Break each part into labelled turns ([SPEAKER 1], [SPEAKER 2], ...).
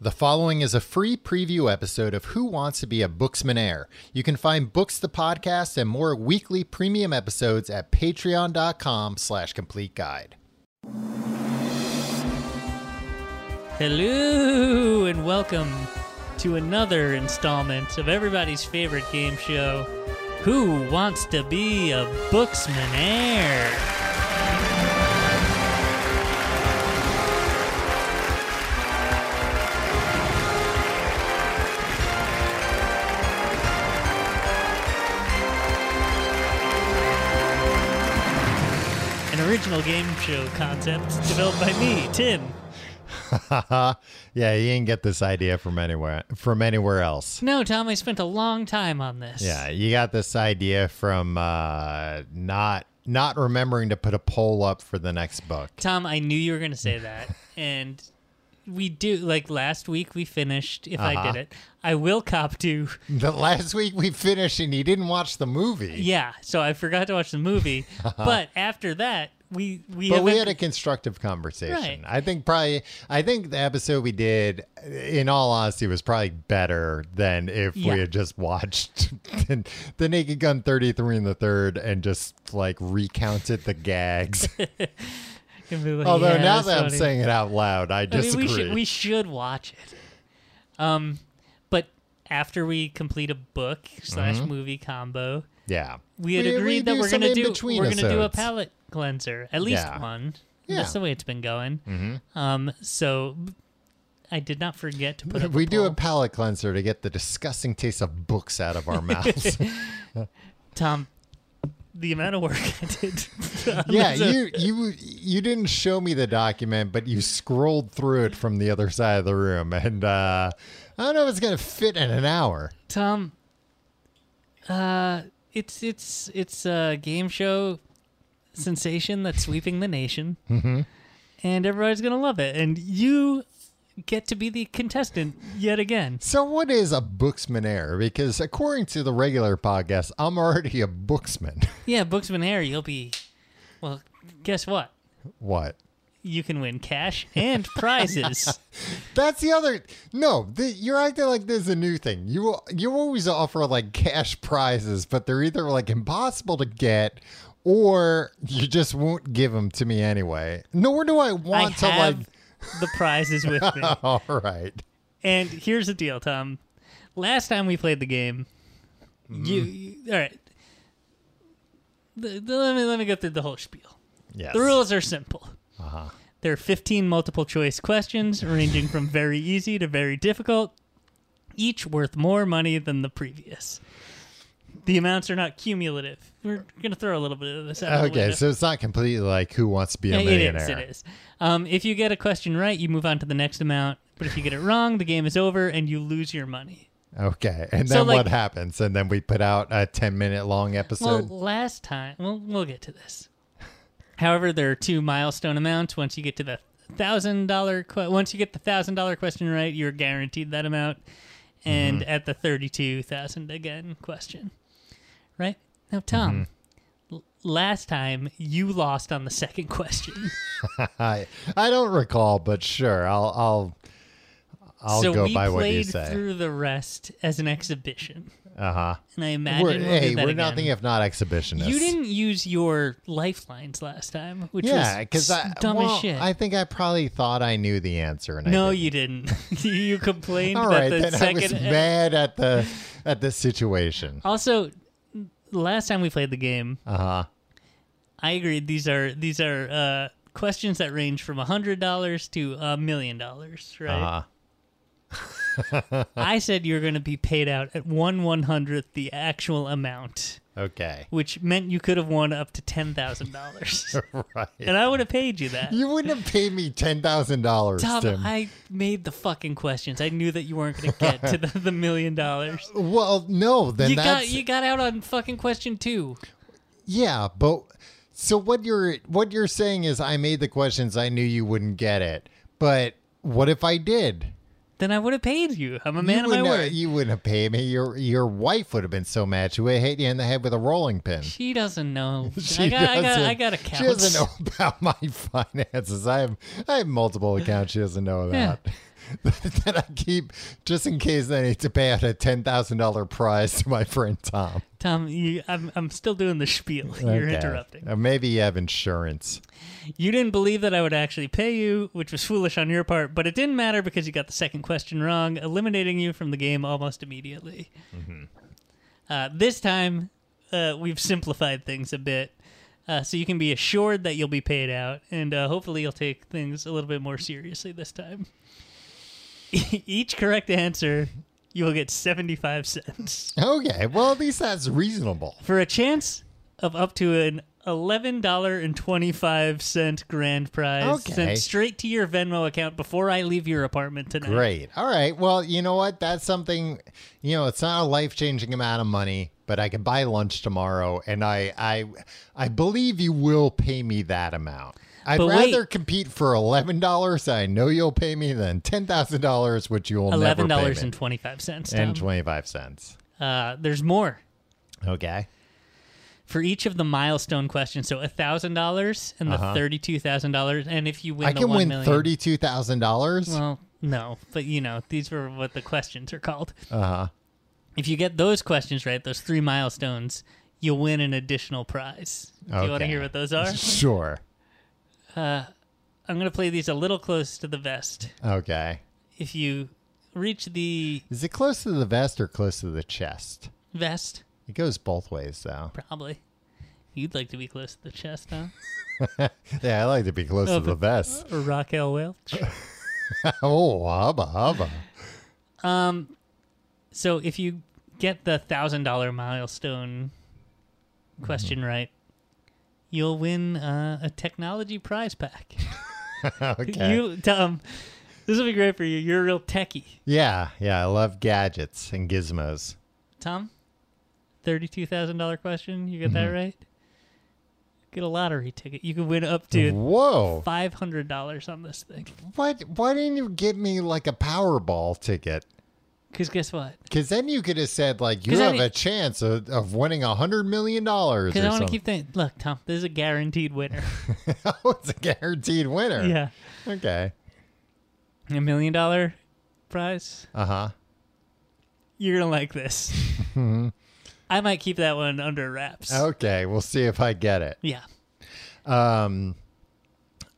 [SPEAKER 1] The following is a free preview episode of Who Wants to Be a Booksman Air. You can find Books the Podcast and more weekly premium episodes at patreon.com slash complete guide.
[SPEAKER 2] Hello and welcome to another installment of everybody's favorite game show, Who Wants to Be a Booksman Air? An original game show concept developed by me, Tim.
[SPEAKER 1] yeah, he didn't get this idea from anywhere from anywhere else.
[SPEAKER 2] No, Tom, I spent a long time on this.
[SPEAKER 1] Yeah, you got this idea from uh, not not remembering to put a poll up for the next book.
[SPEAKER 2] Tom, I knew you were going to say that. and we do, like last week we finished, if I
[SPEAKER 1] Uh-huh.
[SPEAKER 2] did it, I will cop to.
[SPEAKER 1] The last week we finished and you didn't watch the movie.
[SPEAKER 2] Yeah, so I forgot to watch the movie. but after that, we we
[SPEAKER 1] Uh-huh. But we
[SPEAKER 2] haven't-
[SPEAKER 1] had a constructive conversation.
[SPEAKER 2] Right.
[SPEAKER 1] I think probably I think the episode we did in all honesty was probably better than if
[SPEAKER 2] Yeah.
[SPEAKER 1] we had just watched the, the Naked Gun 33 and the third and just like recounted the gags.
[SPEAKER 2] and be like,
[SPEAKER 1] Although
[SPEAKER 2] "Yeah,
[SPEAKER 1] now
[SPEAKER 2] that's
[SPEAKER 1] that I'm
[SPEAKER 2] funny."
[SPEAKER 1] saying it out loud, I
[SPEAKER 2] I mean,
[SPEAKER 1] disagree.
[SPEAKER 2] we should we should watch it. Um, but after we complete a book slash
[SPEAKER 1] Mm-hmm.
[SPEAKER 2] movie combo,
[SPEAKER 1] yeah.
[SPEAKER 2] we had agreed that
[SPEAKER 1] do
[SPEAKER 2] we're
[SPEAKER 1] some
[SPEAKER 2] gonna do
[SPEAKER 1] in-between
[SPEAKER 2] we're gonna do a
[SPEAKER 1] episodes.
[SPEAKER 2] palate cleanser, at least
[SPEAKER 1] Yeah.
[SPEAKER 2] one.
[SPEAKER 1] Yeah. Mm-hmm.
[SPEAKER 2] That's the way it's been going. Um, so I did not forget to put up.
[SPEAKER 1] We
[SPEAKER 2] a
[SPEAKER 1] do a
[SPEAKER 2] poll.
[SPEAKER 1] palate cleanser to get the disgusting taste of books out of our mouths.
[SPEAKER 2] Tom. The amount of work I did. on
[SPEAKER 1] yeah,
[SPEAKER 2] this-
[SPEAKER 1] you you you didn't show me the document, but you scrolled through it from the other side of the room, and uh, I don't know if it's gonna fit in an hour.
[SPEAKER 2] Tom, uh, it's it's it's a game show sensation that's sweeping the nation, mm-hmm. and everybody's gonna love it. And you get to be the contestant yet again.
[SPEAKER 1] So, what is a booksman air? Because according to the regular podcast, I'm already a booksman.
[SPEAKER 2] Yeah, Booksman Air, you'll be. Well, guess what?
[SPEAKER 1] what?
[SPEAKER 2] You can win cash and prizes.
[SPEAKER 1] That's the other. No, th you're acting like this is a new thing. You you always offer like cash prizes, but they're either like impossible to get. Or you just won't give them to me anyway. Nor do I
[SPEAKER 2] I
[SPEAKER 1] want to
[SPEAKER 2] have
[SPEAKER 1] like.
[SPEAKER 2] the prizes with me.
[SPEAKER 1] All right.
[SPEAKER 2] And here's the deal, Tom. Last time we played the game, you, you all right. The, the- let me let me go through the whole spiel.
[SPEAKER 1] Yes. Uh-huh.
[SPEAKER 2] The rules are simple. There are 15 multiple choice questions ranging from very easy to very difficult, each worth more money than the previous. The amounts are not cumulative. We're gonna throw a little bit of this out. of the
[SPEAKER 1] Okay,
[SPEAKER 2] window.
[SPEAKER 1] so it's not completely like who wants to be a
[SPEAKER 2] Yeah, it
[SPEAKER 1] millionaire.
[SPEAKER 2] is. It is. Um, if you get a question right, you move on to the next amount. But if you get it wrong, the game is over and you lose your money.
[SPEAKER 1] Okay, and
[SPEAKER 2] So,
[SPEAKER 1] then
[SPEAKER 2] like-
[SPEAKER 1] what happens? And then we put out a ten-minute long
[SPEAKER 2] Well,
[SPEAKER 1] episode.
[SPEAKER 2] last time, well, we'll get to this. However, there are two milestone amounts. Once you get to the thousand dollar, once you get the thousand dollar question right, you're guaranteed that amount, and at the thirty-two thousand again question, right? Now, Tom, l- last time you lost on the second question,
[SPEAKER 1] I I don't recall, but sure, I'll I'll I'll
[SPEAKER 2] so
[SPEAKER 1] go
[SPEAKER 2] we
[SPEAKER 1] by
[SPEAKER 2] played
[SPEAKER 1] what you say.
[SPEAKER 2] through the rest as an exhibition,
[SPEAKER 1] Uh huh.
[SPEAKER 2] and I imagine
[SPEAKER 1] We're,
[SPEAKER 2] we'll
[SPEAKER 1] hey,
[SPEAKER 2] do that
[SPEAKER 1] we're
[SPEAKER 2] again.
[SPEAKER 1] nothing if not exhibitionists.
[SPEAKER 2] You didn't use your lifelines last time, which
[SPEAKER 1] Yeah,
[SPEAKER 2] was
[SPEAKER 1] because I
[SPEAKER 2] dumb
[SPEAKER 1] well,
[SPEAKER 2] as shit.
[SPEAKER 1] I think I probably thought I knew the answer, and
[SPEAKER 2] No,
[SPEAKER 1] I didn't.
[SPEAKER 2] you didn't. you you complained
[SPEAKER 1] All
[SPEAKER 2] that
[SPEAKER 1] right,
[SPEAKER 2] the
[SPEAKER 1] then
[SPEAKER 2] second.
[SPEAKER 1] I was mad at the at the situation.
[SPEAKER 2] Also, last time we played the game,
[SPEAKER 1] Uh huh.
[SPEAKER 2] I agreed these are these are uh, questions that range from hundred dollars to a million dollars. Right?
[SPEAKER 1] Uh
[SPEAKER 2] I said you were going to be paid out at one one hundredth the actual amount,
[SPEAKER 1] huh. Okay.
[SPEAKER 2] which meant you could have won up to ten thousand dollars,
[SPEAKER 1] right.
[SPEAKER 2] and I would have paid you that.
[SPEAKER 1] You wouldn't have paid me ten thousand dollars,
[SPEAKER 2] Tom,
[SPEAKER 1] Tim.
[SPEAKER 2] I made the fucking questions. I knew that you weren't going to get to the, the million dollars.
[SPEAKER 1] well, no, then
[SPEAKER 2] You
[SPEAKER 1] that's
[SPEAKER 2] got you got out on fucking question two.
[SPEAKER 1] yeah, but so what you're what you're saying is I made the questions I knew you wouldn't get it, but what if I did?
[SPEAKER 2] then I would have paid you. I'm a man
[SPEAKER 1] you,
[SPEAKER 2] of my
[SPEAKER 1] wouldn't uh,
[SPEAKER 2] word.
[SPEAKER 1] have, you wouldn't have paid me. Your your wife would have been so mad she would have hit you in the head with a rolling pin.
[SPEAKER 2] she doesn't know.
[SPEAKER 1] She
[SPEAKER 2] I, got, I, got,
[SPEAKER 1] doesn't-
[SPEAKER 2] I got accounts.
[SPEAKER 1] She doesn't know about my finances. I have I have multiple accounts. She doesn't know
[SPEAKER 2] Yeah.
[SPEAKER 1] about. that I keep just in case I need to pay out a ten thousand dollar prize to my friend Tom.
[SPEAKER 2] Tom, you, I'm, I'm still doing the spiel. You're
[SPEAKER 1] Okay.
[SPEAKER 2] interrupting.
[SPEAKER 1] Uh, maybe you have insurance.
[SPEAKER 2] You didn't believe that I would actually pay you, which was foolish on your part, but it didn't matter because you got the second question wrong, eliminating you from the game almost immediately. Uh, this time, uh, we've simplified things a bit. Uh, so you can be assured that you'll be paid out, and uh, hopefully you'll take things a little bit more seriously this time. Each correct answer, you will get seventy-five cents
[SPEAKER 1] Okay, well at least that's reasonable.
[SPEAKER 2] for a chance of up to an eleven dollar and twenty five cent grand prize
[SPEAKER 1] Okay.
[SPEAKER 2] sent straight to your Venmo account before I leave your apartment tonight.
[SPEAKER 1] Great. All right. Well, you know what? That's something. You know, it's not a life changing amount of money, but I can buy lunch tomorrow, and I, I, I believe you will pay me that amount. I'd
[SPEAKER 2] But wait.
[SPEAKER 1] rather compete for eleven dollars. I know you'll pay me than ten thousand dollars, which you will never
[SPEAKER 2] Eleven
[SPEAKER 1] pay
[SPEAKER 2] dollars and
[SPEAKER 1] me.
[SPEAKER 2] twenty five cents.
[SPEAKER 1] and twenty five cents.
[SPEAKER 2] Uh, there's more
[SPEAKER 1] Okay.
[SPEAKER 2] for each of the milestone questions. So thousand dollars and the two thousand dollars, and if you win,
[SPEAKER 1] Uh-huh. I
[SPEAKER 2] the
[SPEAKER 1] can
[SPEAKER 2] 1
[SPEAKER 1] win
[SPEAKER 2] million
[SPEAKER 1] thirty two thousand dollars.
[SPEAKER 2] Well, no, but you know, these were what the questions are called. Uh huh.
[SPEAKER 1] Uh-huh.
[SPEAKER 2] If you get those questions right, those three milestones, you'll win an additional prize. Do you want to
[SPEAKER 1] Okay.
[SPEAKER 2] hear what those are?
[SPEAKER 1] Sure.
[SPEAKER 2] I'm going to play these a little close to the vest.
[SPEAKER 1] Okay.
[SPEAKER 2] If you reach the
[SPEAKER 1] Is it close to the vest or close to the chest?
[SPEAKER 2] vest,
[SPEAKER 1] It goes both ways, though.
[SPEAKER 2] probably. You'd like to be close to the chest, huh?
[SPEAKER 1] Yeah, I like to be close
[SPEAKER 2] Oh,
[SPEAKER 1] to the
[SPEAKER 2] but-
[SPEAKER 1] vest.
[SPEAKER 2] Or Raquel Welch.
[SPEAKER 1] Oh, hubba hubba.
[SPEAKER 2] So if you get the $1,000 milestone question right, you'll win uh, a technology prize pack.
[SPEAKER 1] Okay.
[SPEAKER 2] You, Tom, this will be great for you. You're a real techie.
[SPEAKER 1] yeah, yeah. I love gadgets and gizmos.
[SPEAKER 2] Tom, thirty-two thousand dollar question. You get that right. Get a lottery ticket. You can win up to
[SPEAKER 1] Whoa!
[SPEAKER 2] five hundred dollars on this thing.
[SPEAKER 1] What? Why didn't you give me like a Powerball ticket?
[SPEAKER 2] Because guess what?
[SPEAKER 1] Because then you could have said like you
[SPEAKER 2] 'Cause I
[SPEAKER 1] have
[SPEAKER 2] need-
[SPEAKER 1] a chance of, of winning a hundred million dollars.
[SPEAKER 2] Because
[SPEAKER 1] or
[SPEAKER 2] I want to
[SPEAKER 1] something.
[SPEAKER 2] keep thinking. Look, Tom, this is a guaranteed winner.
[SPEAKER 1] oh, it's a guaranteed winner.
[SPEAKER 2] yeah,
[SPEAKER 1] Okay.
[SPEAKER 2] a million dollar prize.
[SPEAKER 1] Uh huh.
[SPEAKER 2] You're gonna like this. I might keep that one under wraps.
[SPEAKER 1] Okay. We'll see if I get it.
[SPEAKER 2] Yeah.
[SPEAKER 1] Um,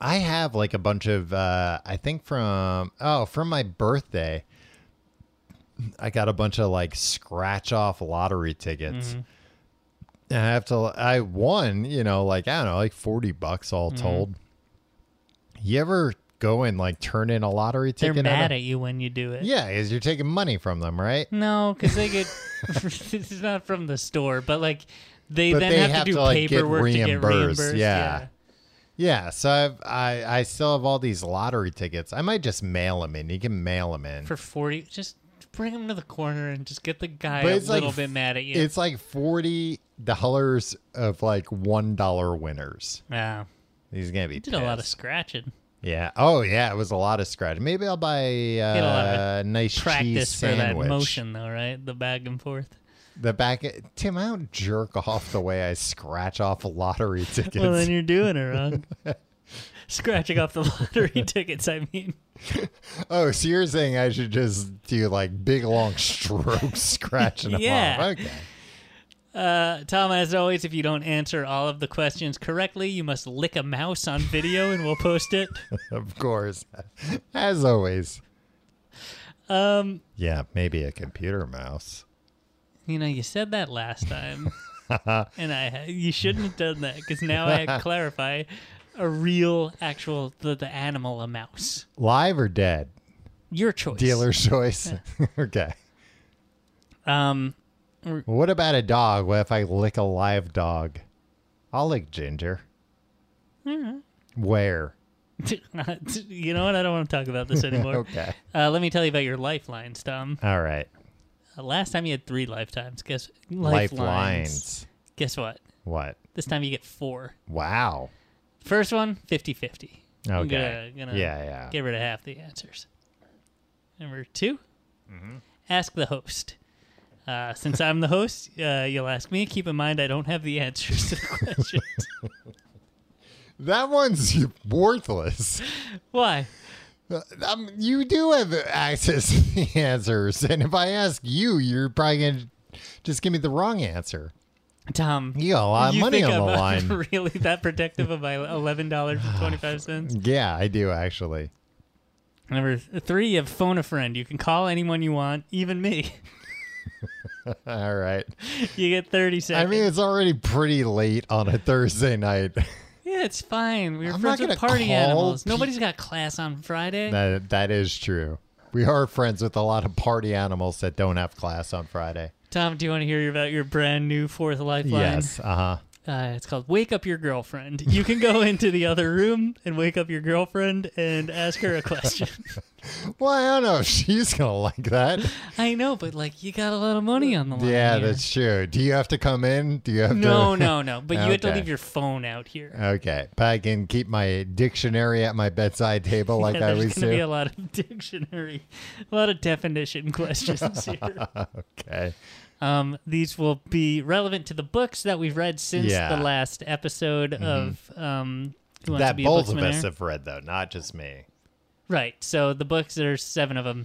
[SPEAKER 1] I have like a bunch of uh, I think from oh from my birthday, I got a bunch of like scratch off lottery tickets.
[SPEAKER 2] Mm-hmm.
[SPEAKER 1] And I have to I won you know like I don't know like forty bucks all
[SPEAKER 2] Mm-hmm.
[SPEAKER 1] told. You ever go and like turn in a lottery
[SPEAKER 2] They're
[SPEAKER 1] ticket?
[SPEAKER 2] mad
[SPEAKER 1] a-
[SPEAKER 2] at you when you do it.
[SPEAKER 1] yeah, is you're taking money from them, right?
[SPEAKER 2] No, because they get this is not from the store, but like they
[SPEAKER 1] But
[SPEAKER 2] then
[SPEAKER 1] they
[SPEAKER 2] have,
[SPEAKER 1] have
[SPEAKER 2] to do
[SPEAKER 1] to, like, get
[SPEAKER 2] paperwork to get
[SPEAKER 1] reimbursed,
[SPEAKER 2] reimbursed.
[SPEAKER 1] yeah. Yeah, so I've, I I still have all these lottery tickets. I might just mail them in. You can mail them in.
[SPEAKER 2] for forty, just bring him to the corner and just get the guy
[SPEAKER 1] But
[SPEAKER 2] a
[SPEAKER 1] it's like
[SPEAKER 2] little
[SPEAKER 1] f-
[SPEAKER 2] bit mad at you.
[SPEAKER 1] It's like forty dollars of like one dollar winners.
[SPEAKER 2] yeah,
[SPEAKER 1] He's gonna be
[SPEAKER 2] you did a lot of
[SPEAKER 1] pissed.
[SPEAKER 2] scratching.
[SPEAKER 1] yeah. Oh yeah, it was a lot of scratch. Maybe I'll buy uh,
[SPEAKER 2] lot
[SPEAKER 1] a nice cheese
[SPEAKER 2] Practice for that
[SPEAKER 1] sandwich.
[SPEAKER 2] motion, though, right? The back and forth.
[SPEAKER 1] The back. Tim, I don't jerk off the way I scratch off lottery tickets.
[SPEAKER 2] Well, then you're doing it wrong. Scratching off the lottery tickets. I mean,
[SPEAKER 1] oh, so you're saying I should just do like big long strokes scratching them
[SPEAKER 2] Yeah.
[SPEAKER 1] off? Okay.
[SPEAKER 2] uh, Tom, as always, if you don't answer all of the questions correctly, you must lick a mouse on video, and we'll post it.
[SPEAKER 1] Of course, as always.
[SPEAKER 2] Um,
[SPEAKER 1] Yeah, maybe a computer mouse.
[SPEAKER 2] You know, you said that last time, and I you shouldn't have done that because now I have to clarify a real, actual the the animal a mouse.
[SPEAKER 1] Live or dead?
[SPEAKER 2] Your choice.
[SPEAKER 1] Dealer's choice. okay.
[SPEAKER 2] Um,
[SPEAKER 1] What about a dog? What if I lick a live dog? I'll lick Ginger.
[SPEAKER 2] Mm-hmm.
[SPEAKER 1] Where?
[SPEAKER 2] you know what? I don't want to talk about this anymore.
[SPEAKER 1] Okay.
[SPEAKER 2] Uh, let me tell you about your lifelines, Tom.
[SPEAKER 1] All right.
[SPEAKER 2] Uh, last time you had three lifetimes. Guess
[SPEAKER 1] Lifelines.
[SPEAKER 2] Guess what?
[SPEAKER 1] What?
[SPEAKER 2] This time you get four.
[SPEAKER 1] Wow.
[SPEAKER 2] First one, 50-50. I'm
[SPEAKER 1] Okay.
[SPEAKER 2] gonna- gonna
[SPEAKER 1] yeah, yeah.
[SPEAKER 2] Get rid of half the answers. Number 2
[SPEAKER 1] Mm-hmm.
[SPEAKER 2] ask the host. Uh, since I'm the host, uh, you'll ask me. Keep in mind, I don't have the answers to the questions.
[SPEAKER 1] that one's worthless.
[SPEAKER 2] Why?
[SPEAKER 1] Um, you do have access to the answers, and if I ask you, you're probably gonna just give me the wrong answer.
[SPEAKER 2] Tom,
[SPEAKER 1] You got a lot of
[SPEAKER 2] you
[SPEAKER 1] money
[SPEAKER 2] think
[SPEAKER 1] on the
[SPEAKER 2] I'm, uh,
[SPEAKER 1] line.
[SPEAKER 2] really that protective of my eleven dollars and twenty five cents?
[SPEAKER 1] Yeah, I do actually.
[SPEAKER 2] Number th- three, you have phone a friend. You can call anyone you want, even me.
[SPEAKER 1] All right.
[SPEAKER 2] You get thirty
[SPEAKER 1] I
[SPEAKER 2] seconds.
[SPEAKER 1] mean, it's already pretty late on a Thursday night.
[SPEAKER 2] yeah, it's fine. We were
[SPEAKER 1] I'm
[SPEAKER 2] friends
[SPEAKER 1] not
[SPEAKER 2] with
[SPEAKER 1] gonna
[SPEAKER 2] party
[SPEAKER 1] call
[SPEAKER 2] animals.
[SPEAKER 1] pe-
[SPEAKER 2] Nobody's got class on Friday.
[SPEAKER 1] that that is true. We are friends with a lot of party animals that don't have class on Friday.
[SPEAKER 2] Tom, do you want to hear about your brand new fourth lifeline?
[SPEAKER 1] Yes. Uh huh.
[SPEAKER 2] Uh, it's called Wake Up Your Girlfriend. You can go into the other room and wake up your girlfriend and ask her a question.
[SPEAKER 1] Well, I don't know if she's gonna like that.
[SPEAKER 2] I know, but like you got a lot of money on the line.
[SPEAKER 1] Yeah,
[SPEAKER 2] here.
[SPEAKER 1] that's true. Do you have to come in? Do you have
[SPEAKER 2] No,
[SPEAKER 1] to?
[SPEAKER 2] no, no. But you have to
[SPEAKER 1] Okay.
[SPEAKER 2] leave your phone out here.
[SPEAKER 1] Okay, but I can keep my dictionary at my bedside table like
[SPEAKER 2] yeah,
[SPEAKER 1] I
[SPEAKER 2] there's
[SPEAKER 1] always
[SPEAKER 2] going to be a
[SPEAKER 1] do.
[SPEAKER 2] lot of dictionary, a lot of definition questions here.
[SPEAKER 1] okay.
[SPEAKER 2] Um, these will be relevant to the books that we've read since
[SPEAKER 1] Yeah. Mm-hmm.
[SPEAKER 2] the last episode of um, Who Wants to
[SPEAKER 1] That
[SPEAKER 2] Be
[SPEAKER 1] both
[SPEAKER 2] a
[SPEAKER 1] of
[SPEAKER 2] Booksman
[SPEAKER 1] us
[SPEAKER 2] Air?
[SPEAKER 1] have read though, not just me.
[SPEAKER 2] Right. So the books there's seven of them.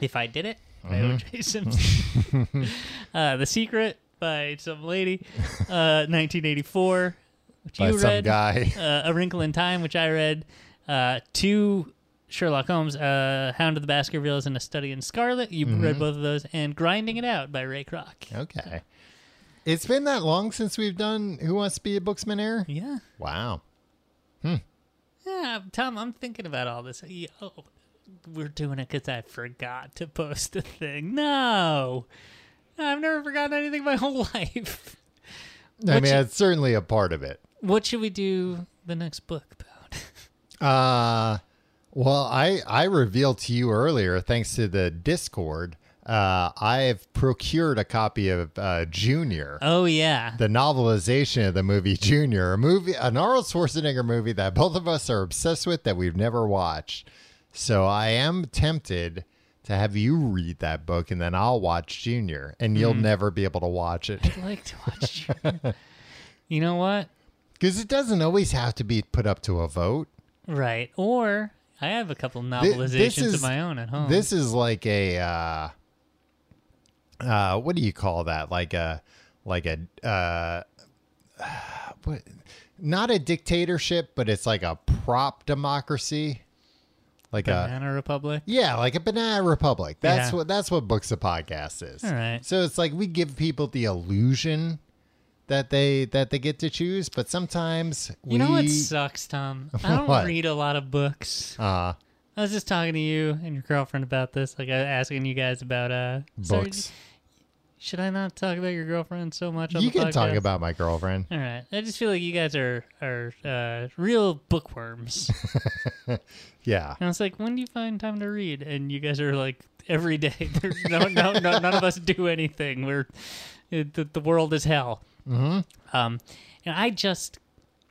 [SPEAKER 2] If I did it, by
[SPEAKER 1] Mm-hmm.
[SPEAKER 2] O.J. Simpson. uh, the Secret by some lady, uh, 1984, which
[SPEAKER 1] By
[SPEAKER 2] you
[SPEAKER 1] some
[SPEAKER 2] read.
[SPEAKER 1] guy.
[SPEAKER 2] Uh, A Wrinkle in Time, which I read. Uh, two Sherlock Holmes, uh, Hound of the Baskervilles, and A Study in Scarlet. You
[SPEAKER 1] Mm-hmm.
[SPEAKER 2] read both of those, and Grinding It Out by Ray Kroc.
[SPEAKER 1] Okay. It's been that long since we've done Who Wants to Be a Booksman Air?
[SPEAKER 2] Yeah.
[SPEAKER 1] Wow.
[SPEAKER 2] Yeah, Tom, I'm thinking about all this. You- Oh, we're doing it because I forgot to post a thing. No, I've never forgotten anything my whole life.
[SPEAKER 1] I
[SPEAKER 2] What
[SPEAKER 1] mean,
[SPEAKER 2] you-
[SPEAKER 1] it's certainly a part of it.
[SPEAKER 2] What should we do the next book about?
[SPEAKER 1] Uh, well, I, I revealed to you earlier, thanks to the Discord, uh, I've procured a copy of uh, Junior.
[SPEAKER 2] Oh yeah,
[SPEAKER 1] the novelization of the movie Junior, a movie, an Arnold Schwarzenegger movie that both of us are obsessed with that we've never watched. So I am tempted to have you read that book and then I'll watch Junior, and you'll never be able to watch it
[SPEAKER 2] I'd like to watch. Junior. you know what?
[SPEAKER 1] because it doesn't always have to be put up to a vote.
[SPEAKER 2] Right? Or I have a couple
[SPEAKER 1] Thi-
[SPEAKER 2] novelizations
[SPEAKER 1] this
[SPEAKER 2] of
[SPEAKER 1] is-
[SPEAKER 2] my own at home.
[SPEAKER 1] This is like a, uh, uh, what do you call that? Like a, like a, uh, what? Not a dictatorship, but it's like a prop democracy. Like a,
[SPEAKER 2] Banana Republic.
[SPEAKER 1] Yeah, like a banana republic. That's
[SPEAKER 2] Yeah.
[SPEAKER 1] what that's what books a podcast is.
[SPEAKER 2] All right.
[SPEAKER 1] So it's like we give people the illusion that they that they get to choose, but sometimes we
[SPEAKER 2] You know what sucks, Tom? I don't
[SPEAKER 1] What?
[SPEAKER 2] read a lot of books.
[SPEAKER 1] uh
[SPEAKER 2] I was just talking to you and your girlfriend about this, like I asking you guys about uh sorry,
[SPEAKER 1] books.
[SPEAKER 2] should I not talk about your girlfriend so much? On
[SPEAKER 1] you
[SPEAKER 2] the
[SPEAKER 1] can talk
[SPEAKER 2] podcast?
[SPEAKER 1] about my girlfriend.
[SPEAKER 2] All right, I just feel like you guys are are uh, real bookworms,
[SPEAKER 1] Yeah.
[SPEAKER 2] and I was like, when do you find time to read? And you guys are like every day. There- no, no, no, none of us do anything. We're it, the, the world is hell. Mm-hmm. Um, and I just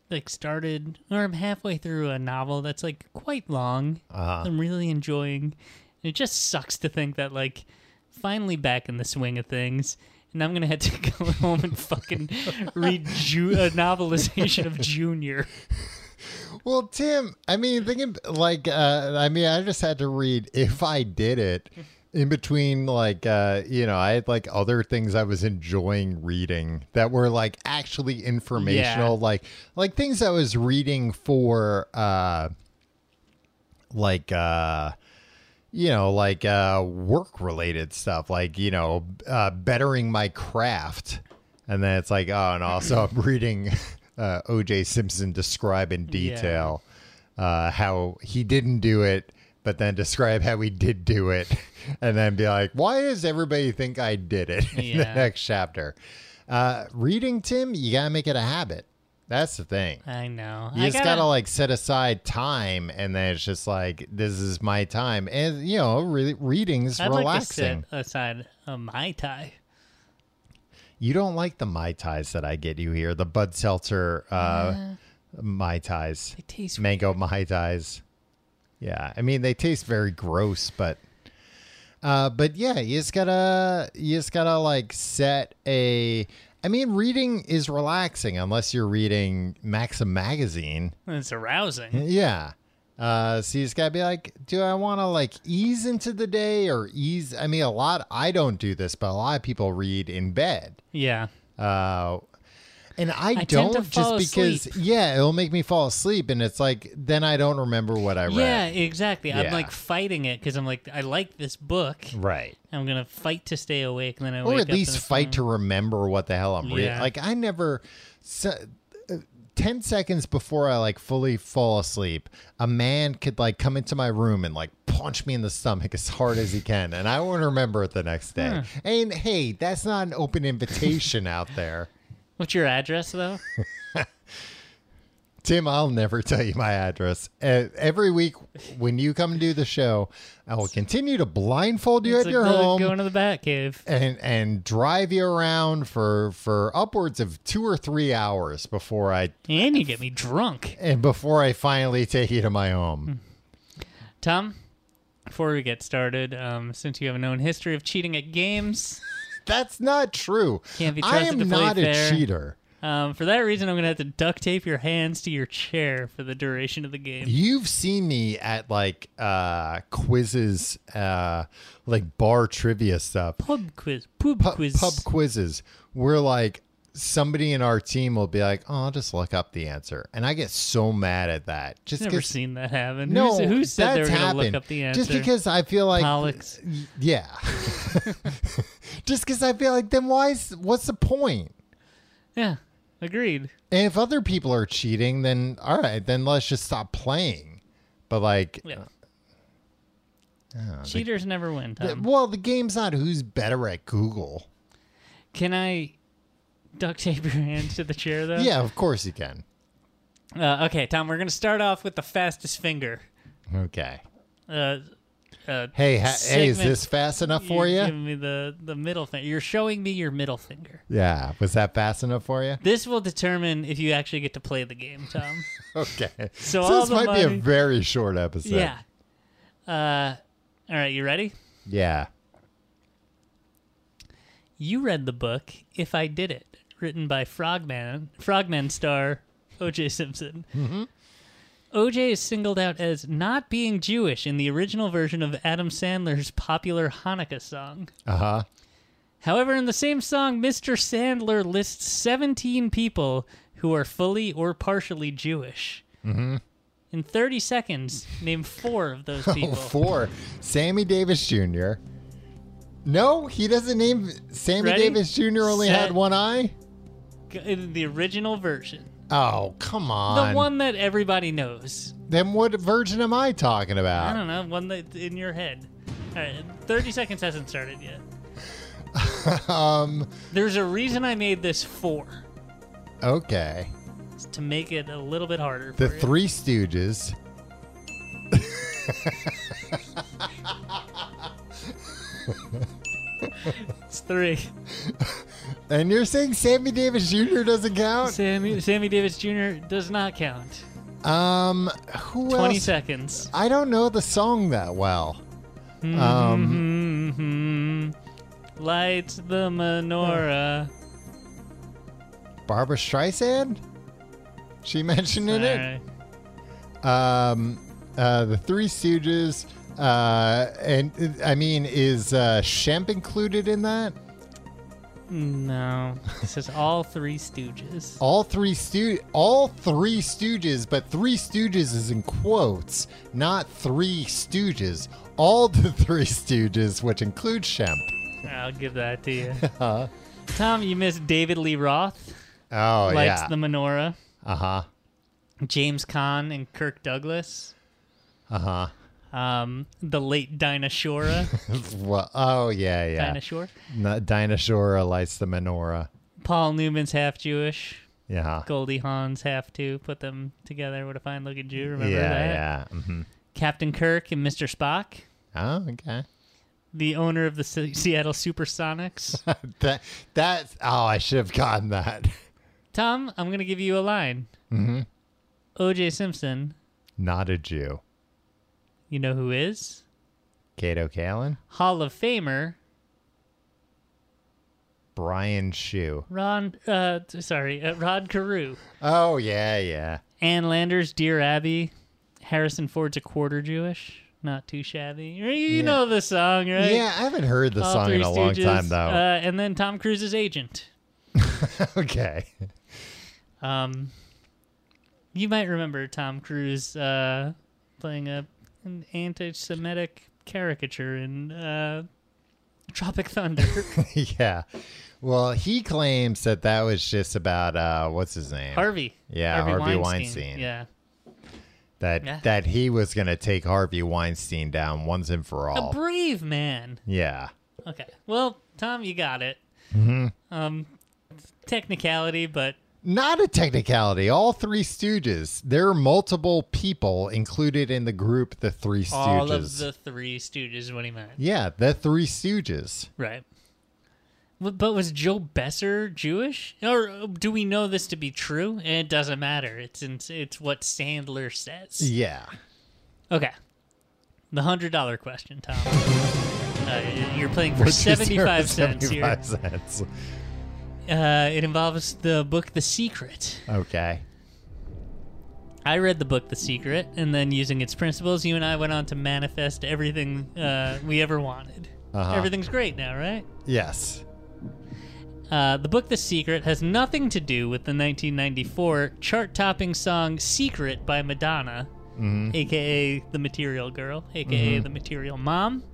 [SPEAKER 2] like started, or I'm halfway through a novel that's like quite long.
[SPEAKER 1] Uh
[SPEAKER 2] I'm really enjoying. It just sucks to think that like finally back in the swing of things, and I'm gonna have to go home and fucking read ju- a novelization of Junior.
[SPEAKER 1] Well, Tim, I mean thinking like uh I mean I just had to read if I did it in between like uh you know, I had like other things I was enjoying reading that were like actually informational, like like things I was reading for uh like uh you know like uh work related stuff like you know uh bettering my craft and then it's like oh and also i'm reading uh oj simpson describe in
[SPEAKER 2] Yeah.
[SPEAKER 1] detail uh how he didn't do it but then describe how he did do it and then be like why does everybody think i did it in the
[SPEAKER 2] Yeah.
[SPEAKER 1] next chapter uh reading tim you gotta make it a habit that's the thing
[SPEAKER 2] I know.
[SPEAKER 1] you
[SPEAKER 2] I
[SPEAKER 1] just gotta like set aside time, and then it's just like this is my time, and you know, re- reading's
[SPEAKER 2] I'd
[SPEAKER 1] relaxing.
[SPEAKER 2] like to set aside a mai tai.
[SPEAKER 1] you don't like the mai tais that I get you here, the Bud Seltzer uh, mai tais,
[SPEAKER 2] It tastes
[SPEAKER 1] mango mai tais. Yeah, I mean they taste very gross, but uh, but yeah, you just gotta you just gotta like set a. I mean, reading is relaxing unless you're reading Maxim magazine. Hmm?
[SPEAKER 2] it's arousing.
[SPEAKER 1] Yeah. Uh, so you just gotta be like, do I want to like ease into the day or ease? I mean, a lot. I don't do this, but a lot of people read in bed.
[SPEAKER 2] Yeah.
[SPEAKER 1] Uh, and I,
[SPEAKER 2] tend to
[SPEAKER 1] don't just
[SPEAKER 2] fall
[SPEAKER 1] because,
[SPEAKER 2] asleep.
[SPEAKER 1] yeah, it'll make me fall asleep, and it's like then I don't remember what I
[SPEAKER 2] Yeah,
[SPEAKER 1] read.
[SPEAKER 2] exactly.
[SPEAKER 1] Yeah.
[SPEAKER 2] I'm like fighting it because I'm like, I like this book.
[SPEAKER 1] Right.
[SPEAKER 2] I'm gonna fight to stay awake, and then I
[SPEAKER 1] or
[SPEAKER 2] wake
[SPEAKER 1] at
[SPEAKER 2] up
[SPEAKER 1] least
[SPEAKER 2] and it's
[SPEAKER 1] fight
[SPEAKER 2] fine.
[SPEAKER 1] to remember what the hell I'm reading.
[SPEAKER 2] Yeah.
[SPEAKER 1] Like I never, so, uh, ten seconds before I like fully fall asleep, a man could like come into my room and like punch me in the stomach as hard as he can, and I won't remember it the next day. And hey, that's not an open invitation out there,
[SPEAKER 2] What's your address though?
[SPEAKER 1] Tim. I'll never tell you my address. Uh, every week when you come do the show, I will continue to blindfold you
[SPEAKER 2] It's
[SPEAKER 1] at
[SPEAKER 2] like
[SPEAKER 1] your
[SPEAKER 2] the-
[SPEAKER 1] home.
[SPEAKER 2] Going to the Bat Cave.
[SPEAKER 1] and and drive you around for for upwards of two or three hours before I
[SPEAKER 2] And you get me drunk.
[SPEAKER 1] and before I finally take you to my
[SPEAKER 2] Hmm.
[SPEAKER 1] home.
[SPEAKER 2] Tom, before we get started, um, since you have a known history of cheating at games,
[SPEAKER 1] That's not true.
[SPEAKER 2] Can't be
[SPEAKER 1] I
[SPEAKER 2] trusted
[SPEAKER 1] am
[SPEAKER 2] to play
[SPEAKER 1] not a
[SPEAKER 2] fair.
[SPEAKER 1] cheater.
[SPEAKER 2] um, for that reason, I'm going to have to duct tape your hands to your chair for the duration of the game.
[SPEAKER 1] You've seen me at like uh quizzes, uh like bar trivia stuff.
[SPEAKER 2] Pub quiz. Pub,
[SPEAKER 1] Pu-
[SPEAKER 2] quiz.
[SPEAKER 1] Pub quizzes where like somebody in our team will be like, "Oh, I'll just look up the answer," and I get so mad at that. Just
[SPEAKER 2] Never
[SPEAKER 1] 'cause-
[SPEAKER 2] seen that happen.
[SPEAKER 1] No,
[SPEAKER 2] Who's, who said they were
[SPEAKER 1] that's
[SPEAKER 2] going to
[SPEAKER 1] happened.
[SPEAKER 2] look up the answer?
[SPEAKER 1] Just because I feel like
[SPEAKER 2] Pollux.
[SPEAKER 1] Y- Yeah. Just because I feel like, then why? Is, what's the point?
[SPEAKER 2] Yeah, agreed.
[SPEAKER 1] And if other people are cheating, then all right, then let's just stop playing. But like,
[SPEAKER 2] Yeah.
[SPEAKER 1] uh, the-
[SPEAKER 2] Cheaters never win,
[SPEAKER 1] the-
[SPEAKER 2] Tom.
[SPEAKER 1] well, the game's not who's better at Google.
[SPEAKER 2] Can I duct tape your hands to the chair, though?
[SPEAKER 1] Yeah, of course you can.
[SPEAKER 2] Uh, okay, Tom, we're going to start off with the fastest finger.
[SPEAKER 1] Okay.
[SPEAKER 2] Uh, uh,
[SPEAKER 1] Hey, ha- hey, is
[SPEAKER 2] Segment-
[SPEAKER 1] this fast enough for
[SPEAKER 2] You're
[SPEAKER 1] you?
[SPEAKER 2] giving me the, the middle finger. You're showing me your middle finger.
[SPEAKER 1] Yeah. Was that fast enough for you?
[SPEAKER 2] This will determine if you actually get to play the game, Tom.
[SPEAKER 1] Okay.
[SPEAKER 2] So all
[SPEAKER 1] this
[SPEAKER 2] the
[SPEAKER 1] might be
[SPEAKER 2] money-
[SPEAKER 1] a very short episode.
[SPEAKER 2] yeah. Uh, all right, you ready?
[SPEAKER 1] Yeah.
[SPEAKER 2] You read the book If I Did It, written by Frogman, Frogman star O.J. Simpson. Mm-hmm. O.J. is singled out as not being Jewish in the original version of Adam Sandler's popular Hanukkah song.
[SPEAKER 1] Uh huh.
[SPEAKER 2] However, in the same song, Mr. Sandler lists 17 people who are fully or partially Jewish. Mm-hmm. In 30 seconds, name four of those people.
[SPEAKER 1] Four, Sammy Davis Jr. No, he doesn't name Sammy
[SPEAKER 2] Ready?
[SPEAKER 1] Davis Jr. only
[SPEAKER 2] Set.
[SPEAKER 1] had one eye.
[SPEAKER 2] In the original version.
[SPEAKER 1] Oh, come on.
[SPEAKER 2] The one that everybody knows.
[SPEAKER 1] Then what virgin am I talking
[SPEAKER 2] I
[SPEAKER 1] about?
[SPEAKER 2] don't know, one that in your head. All right, 30 seconds hasn't started yet.
[SPEAKER 1] Um,
[SPEAKER 2] There's a reason I made this four.
[SPEAKER 1] okay.
[SPEAKER 2] It's to make it a little bit harder.
[SPEAKER 1] The
[SPEAKER 2] for you.
[SPEAKER 1] Three Stooges.
[SPEAKER 2] It's three.
[SPEAKER 1] And you're saying Sammy Davis Jr. doesn't count?
[SPEAKER 2] Sammy, Sammy Davis Jr. does not count.
[SPEAKER 1] Um, who
[SPEAKER 2] 20
[SPEAKER 1] else?
[SPEAKER 2] seconds.
[SPEAKER 1] I don't know the song that well. um,
[SPEAKER 2] hmm Lights the menorah.
[SPEAKER 1] Barbara Streisand? She mentioned in it?
[SPEAKER 2] Alright.
[SPEAKER 1] um, uh, the Three Stooges, uh, and uh, I mean, is uh, Shemp included in that?
[SPEAKER 2] No, this is all three Stooges.
[SPEAKER 1] All three Stoo- all three Stooges, but Three Stooges is in quotes, not Three Stooges. All the Three Stooges, which includes Shemp.
[SPEAKER 2] I'll give that to you.
[SPEAKER 1] Uh-huh.
[SPEAKER 2] Tom, you missed David Lee Roth.
[SPEAKER 1] Oh
[SPEAKER 2] Lights
[SPEAKER 1] yeah.
[SPEAKER 2] the menorah.
[SPEAKER 1] uh huh.
[SPEAKER 2] James Caan and Kirk Douglas.
[SPEAKER 1] Uh huh.
[SPEAKER 2] Um, the late Dinah Shora.
[SPEAKER 1] well, oh yeah, yeah.
[SPEAKER 2] Dinah Shore.
[SPEAKER 1] Not Dinosaur lights the menorah.
[SPEAKER 2] Paul Newman's half Jewish.
[SPEAKER 1] Yeah.
[SPEAKER 2] Goldie Hawn's half too. Put them together. What a fine looking Jew. Remember
[SPEAKER 1] yeah,
[SPEAKER 2] that?
[SPEAKER 1] yeah. hmm
[SPEAKER 2] Captain Kirk and Mr. Spock.
[SPEAKER 1] Oh, okay.
[SPEAKER 2] the owner of the Se- Seattle Supersonics.
[SPEAKER 1] that that's oh i should have gotten that
[SPEAKER 2] Tom, I'm going to give you a line. Mm-hmm. OJ Simpson,
[SPEAKER 1] not a jew
[SPEAKER 2] you know who is?
[SPEAKER 1] kato kalin
[SPEAKER 2] Hall of Famer,
[SPEAKER 1] brian shu
[SPEAKER 2] Ron, uh, t- sorry, uh, Rod Carew.
[SPEAKER 1] oh yeah yeah
[SPEAKER 2] Ann Landers, Dear Abby, Harrison Ford's a quarter Jewish. Not too shabby. You know the song, right?
[SPEAKER 1] Yeah, I haven't heard the
[SPEAKER 2] All
[SPEAKER 1] song in
[SPEAKER 2] Three
[SPEAKER 1] a long
[SPEAKER 2] Stooges,
[SPEAKER 1] time though.
[SPEAKER 2] Uh, and then Tom Cruise's agent.
[SPEAKER 1] okay.
[SPEAKER 2] Um, you might remember Tom Cruise uh, playing a an anti-Semitic caricature in uh, Tropic Thunder.
[SPEAKER 1] yeah. Well, he claims that that was just about uh what's his name?
[SPEAKER 2] Harvey.
[SPEAKER 1] Yeah, Harvey Weinstein.
[SPEAKER 2] Yeah.
[SPEAKER 1] that
[SPEAKER 2] Yeah.
[SPEAKER 1] that he was going to take Harvey Weinstein down once and for all.
[SPEAKER 2] A brave man.
[SPEAKER 1] yeah.
[SPEAKER 2] Okay. Well, Tom, you got it.
[SPEAKER 1] Mm-hmm.
[SPEAKER 2] Um, technicality, but
[SPEAKER 1] Not a technicality. All three Stooges. There are multiple people included in the group the Three Stooges.
[SPEAKER 2] all of the three Stooges is what he meant.
[SPEAKER 1] yeah, the Three Stooges.
[SPEAKER 2] Right. W- But was Joe Besser Jewish? Or do we know this to be true? It doesn't matter. It's in, it's what Sandler says.
[SPEAKER 1] Yeah.
[SPEAKER 2] Okay. The hundred dollar question, Tom. Uh, you're playing for
[SPEAKER 1] Which is their
[SPEAKER 2] seventy five cents here.
[SPEAKER 1] 75 cents.
[SPEAKER 2] Uh, it involves the book The Secret.
[SPEAKER 1] Okay.
[SPEAKER 2] I read the book The Secret, and then using its principles, you and I went on to manifest everything uh, we ever wanted.
[SPEAKER 1] Uh-huh.
[SPEAKER 2] Everything's great now, right?
[SPEAKER 1] Yes.
[SPEAKER 2] Uh, the book The Secret has nothing to do with the 1994 chart topping song Secret by Madonna, aka The Material Girl, aka The Material Mom.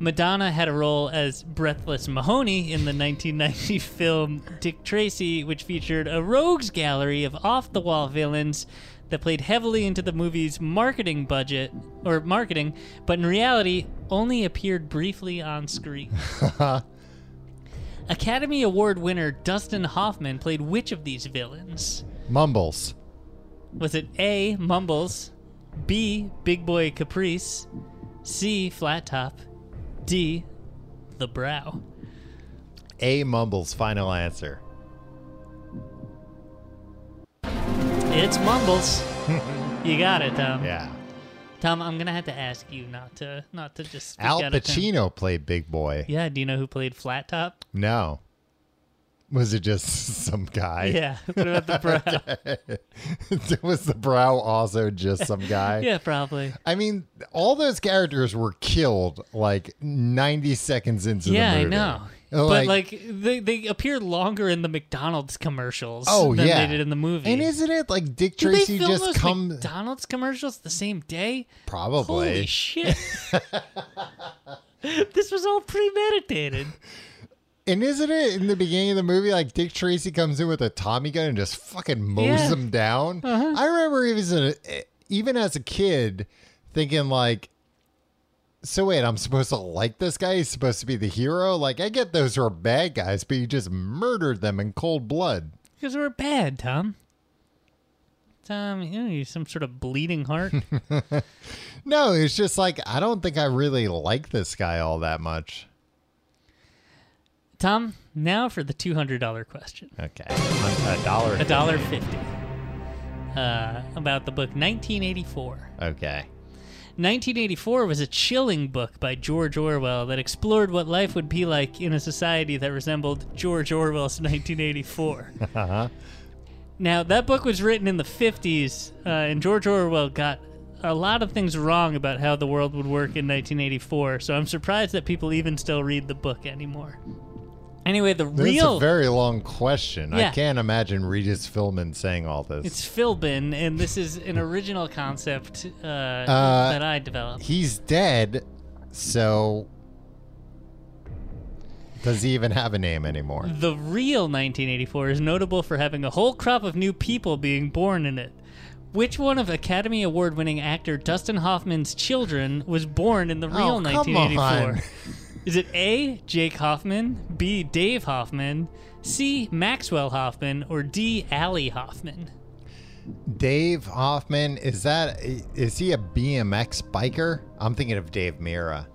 [SPEAKER 2] Madonna had a role as Breathless Mahoney in the 1990 film Dick Tracy, which featured a rogues gallery of off the wall villains that played heavily into the movie's marketing budget or marketing, but in reality only appeared briefly on screen. Academy Award winner Dustin Hoffman played which of these villains?
[SPEAKER 1] Mumbles.
[SPEAKER 2] Was it A. Mumbles, B. Big Boy Caprice, C. Flat Top, D. The Brow?
[SPEAKER 1] A Mumbles final answer.
[SPEAKER 2] It's Mumbles. you got it, Tom.
[SPEAKER 1] Yeah.
[SPEAKER 2] Tom, I'm gonna have to ask you not to not to just speak
[SPEAKER 1] Al
[SPEAKER 2] out of turn.
[SPEAKER 1] Pacino played Big Boy.
[SPEAKER 2] Yeah, do you know who played Flat Top?
[SPEAKER 1] No. Was it just some guy?
[SPEAKER 2] yeah. What about the brow?
[SPEAKER 1] was the brow also just some guy?
[SPEAKER 2] yeah, probably.
[SPEAKER 1] I mean, all those characters were killed like 90 seconds into
[SPEAKER 2] yeah,
[SPEAKER 1] the
[SPEAKER 2] I
[SPEAKER 1] movie. Oh,
[SPEAKER 2] know.
[SPEAKER 1] Like-
[SPEAKER 2] but like they they appear longer in the McDonald's commercials
[SPEAKER 1] Oh,
[SPEAKER 2] than
[SPEAKER 1] yeah.
[SPEAKER 2] they did in the movie.
[SPEAKER 1] And isn't it like Dick
[SPEAKER 2] Did
[SPEAKER 1] Tracy
[SPEAKER 2] they film
[SPEAKER 1] just
[SPEAKER 2] those
[SPEAKER 1] come
[SPEAKER 2] McDonald's commercials the same day?
[SPEAKER 1] probably
[SPEAKER 2] Holy shit. this was all premeditated.
[SPEAKER 1] And isn't it in the beginning of the movie like Dick Tracy comes in with a Tommy gun and just fucking mows
[SPEAKER 2] Yeah. Uh-huh.
[SPEAKER 1] them down? I remember even as a, even as a kid thinking like, so wait, I'm supposed to like this guy? He's supposed to be the hero? Like I get those are bad guys, but you just murdered them in cold blood.
[SPEAKER 2] Because we're bad, Tom. Tom, you know, you're some sort of bleeding heart.
[SPEAKER 1] No, it's just like I don't think I really like this guy all that much.
[SPEAKER 2] Tom, now for the two hundred dollar question.
[SPEAKER 1] Okay, a dollar.
[SPEAKER 2] A dollar fifty. Uh, about the book 1984.
[SPEAKER 1] Okay.
[SPEAKER 2] 1984 was a chilling book by George Orwell that explored what life would be like in a society that resembled George Orwell's 1984. Now, that book was written in the 50s, uh, and George Orwell got a lot of things wrong about how the world would work in 1984, so I'm surprised that people even still read the book anymore. Anyway, the
[SPEAKER 1] That's
[SPEAKER 2] real.
[SPEAKER 1] a very long question. I
[SPEAKER 2] Yeah.
[SPEAKER 1] can't imagine Regis Philbin saying all this.
[SPEAKER 2] it's Philbin, and this is an original concept uh, that I developed.
[SPEAKER 1] he's dead, so does he even have a name anymore?
[SPEAKER 2] The real 1984 is notable for having a whole crop of new people being born in it. Which one of Academy Award winning actor Dustin Hoffman's children was born in the real
[SPEAKER 1] Oh, come
[SPEAKER 2] 1984?
[SPEAKER 1] on.
[SPEAKER 2] Is it A. Jake Hoffman, B. Dave Hoffman, C. Maxwell Hoffman, or D. Allie Hoffman?
[SPEAKER 1] Dave Hoffman is that is he a BMX biker? I'm thinking of Dave Mira.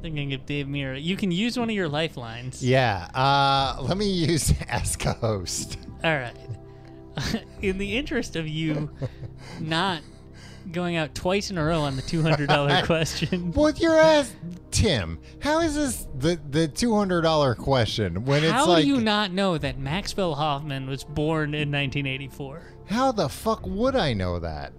[SPEAKER 2] Thinking of Dave Mira. You can use one of your lifelines.
[SPEAKER 1] Yeah, uh, let me use Ask a Host.
[SPEAKER 2] All right. in the interest of you not going out twice in a row on the $200 question.
[SPEAKER 1] With your ass, Tim. How is this the the two hundred dollar question when it's
[SPEAKER 2] How
[SPEAKER 1] like
[SPEAKER 2] do you not know that Maxwell Hoffman was born in 1984?
[SPEAKER 1] how the fuck would I know that?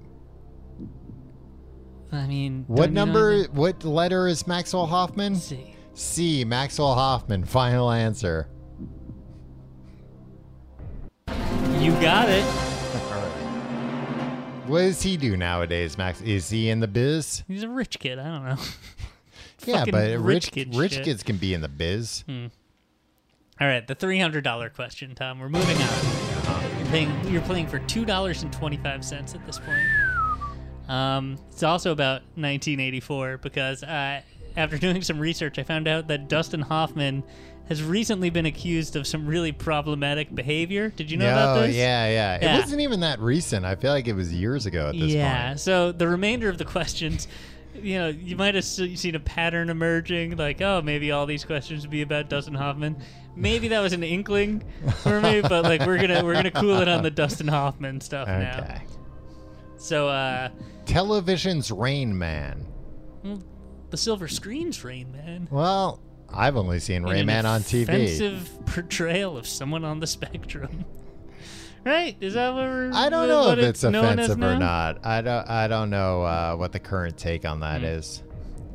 [SPEAKER 2] I mean, don't
[SPEAKER 1] What
[SPEAKER 2] you know
[SPEAKER 1] number?
[SPEAKER 2] anything?
[SPEAKER 1] What letter is Maxwell Hoffman?
[SPEAKER 2] Let's see.
[SPEAKER 1] C. Maxwell Hoffman. Final answer.
[SPEAKER 2] You got it.
[SPEAKER 1] What does he do nowadays, Max? Is he in the biz?
[SPEAKER 2] He's a rich kid. I don't know.
[SPEAKER 1] yeah,
[SPEAKER 2] Fucking
[SPEAKER 1] but
[SPEAKER 2] rich
[SPEAKER 1] rich
[SPEAKER 2] kid
[SPEAKER 1] rich
[SPEAKER 2] shit. Hmm.
[SPEAKER 1] kids can be in the biz.
[SPEAKER 2] All right, the three hundred dollar question, Tom. We're moving on. You're playing. You're playing for two dollars and twenty five cents at this point. Um, it's also about 1984 because uh, after doing some research, I found out that Dustin Hoffman has recently been accused of some really problematic behavior. Did you know about
[SPEAKER 1] no,
[SPEAKER 2] this?
[SPEAKER 1] Oh, yeah, yeah,
[SPEAKER 2] Yeah.
[SPEAKER 1] It wasn't even that recent. I feel like it was years ago at this
[SPEAKER 2] yeah.
[SPEAKER 1] point.
[SPEAKER 2] So the remainder of the questions, you know, you might have se- seen a pattern emerging, like, oh, maybe all these questions would be about Dustin Hoffman. Maybe that was an inkling for me, but like we're gonna we're gonna cool it on the Dustin Hoffman stuff now.
[SPEAKER 1] Okay.
[SPEAKER 2] So uh,
[SPEAKER 1] Television's Rain Man.
[SPEAKER 2] the silver screen's Rain Man.
[SPEAKER 1] Well, I've only seen Rain
[SPEAKER 2] In
[SPEAKER 1] Man
[SPEAKER 2] an
[SPEAKER 1] on TV.
[SPEAKER 2] Offensive portrayal of someone on the spectrum. Right? Is that what we're?
[SPEAKER 1] I don't
[SPEAKER 2] what-
[SPEAKER 1] know
[SPEAKER 2] what
[SPEAKER 1] if it's
[SPEAKER 2] known as
[SPEAKER 1] offensive or
[SPEAKER 2] now?
[SPEAKER 1] not. I don't. I don't know uh, what the current take on
[SPEAKER 2] Hmm.
[SPEAKER 1] that is.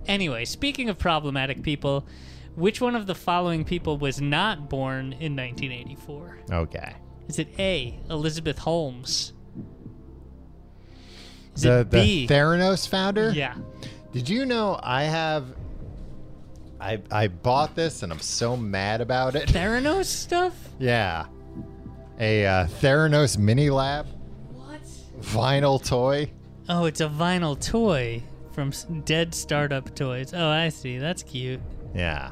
[SPEAKER 2] Anyway, speaking of problematic people, which one of the following people was not born in 1984?
[SPEAKER 1] Okay.
[SPEAKER 2] Is it A. Elizabeth Holmes? Is
[SPEAKER 1] The,
[SPEAKER 2] it
[SPEAKER 1] the
[SPEAKER 2] B?
[SPEAKER 1] Theranos founder.
[SPEAKER 2] yeah.
[SPEAKER 1] Did you know I have? I I bought this and I'm so mad about it.
[SPEAKER 2] Theranos stuff?
[SPEAKER 1] yeah, a uh, Theranos mini lab
[SPEAKER 2] What?
[SPEAKER 1] vinyl toy.
[SPEAKER 2] Oh, it's a vinyl toy from s- Dead Startup Toys. Oh, I see. That's cute.
[SPEAKER 1] Yeah,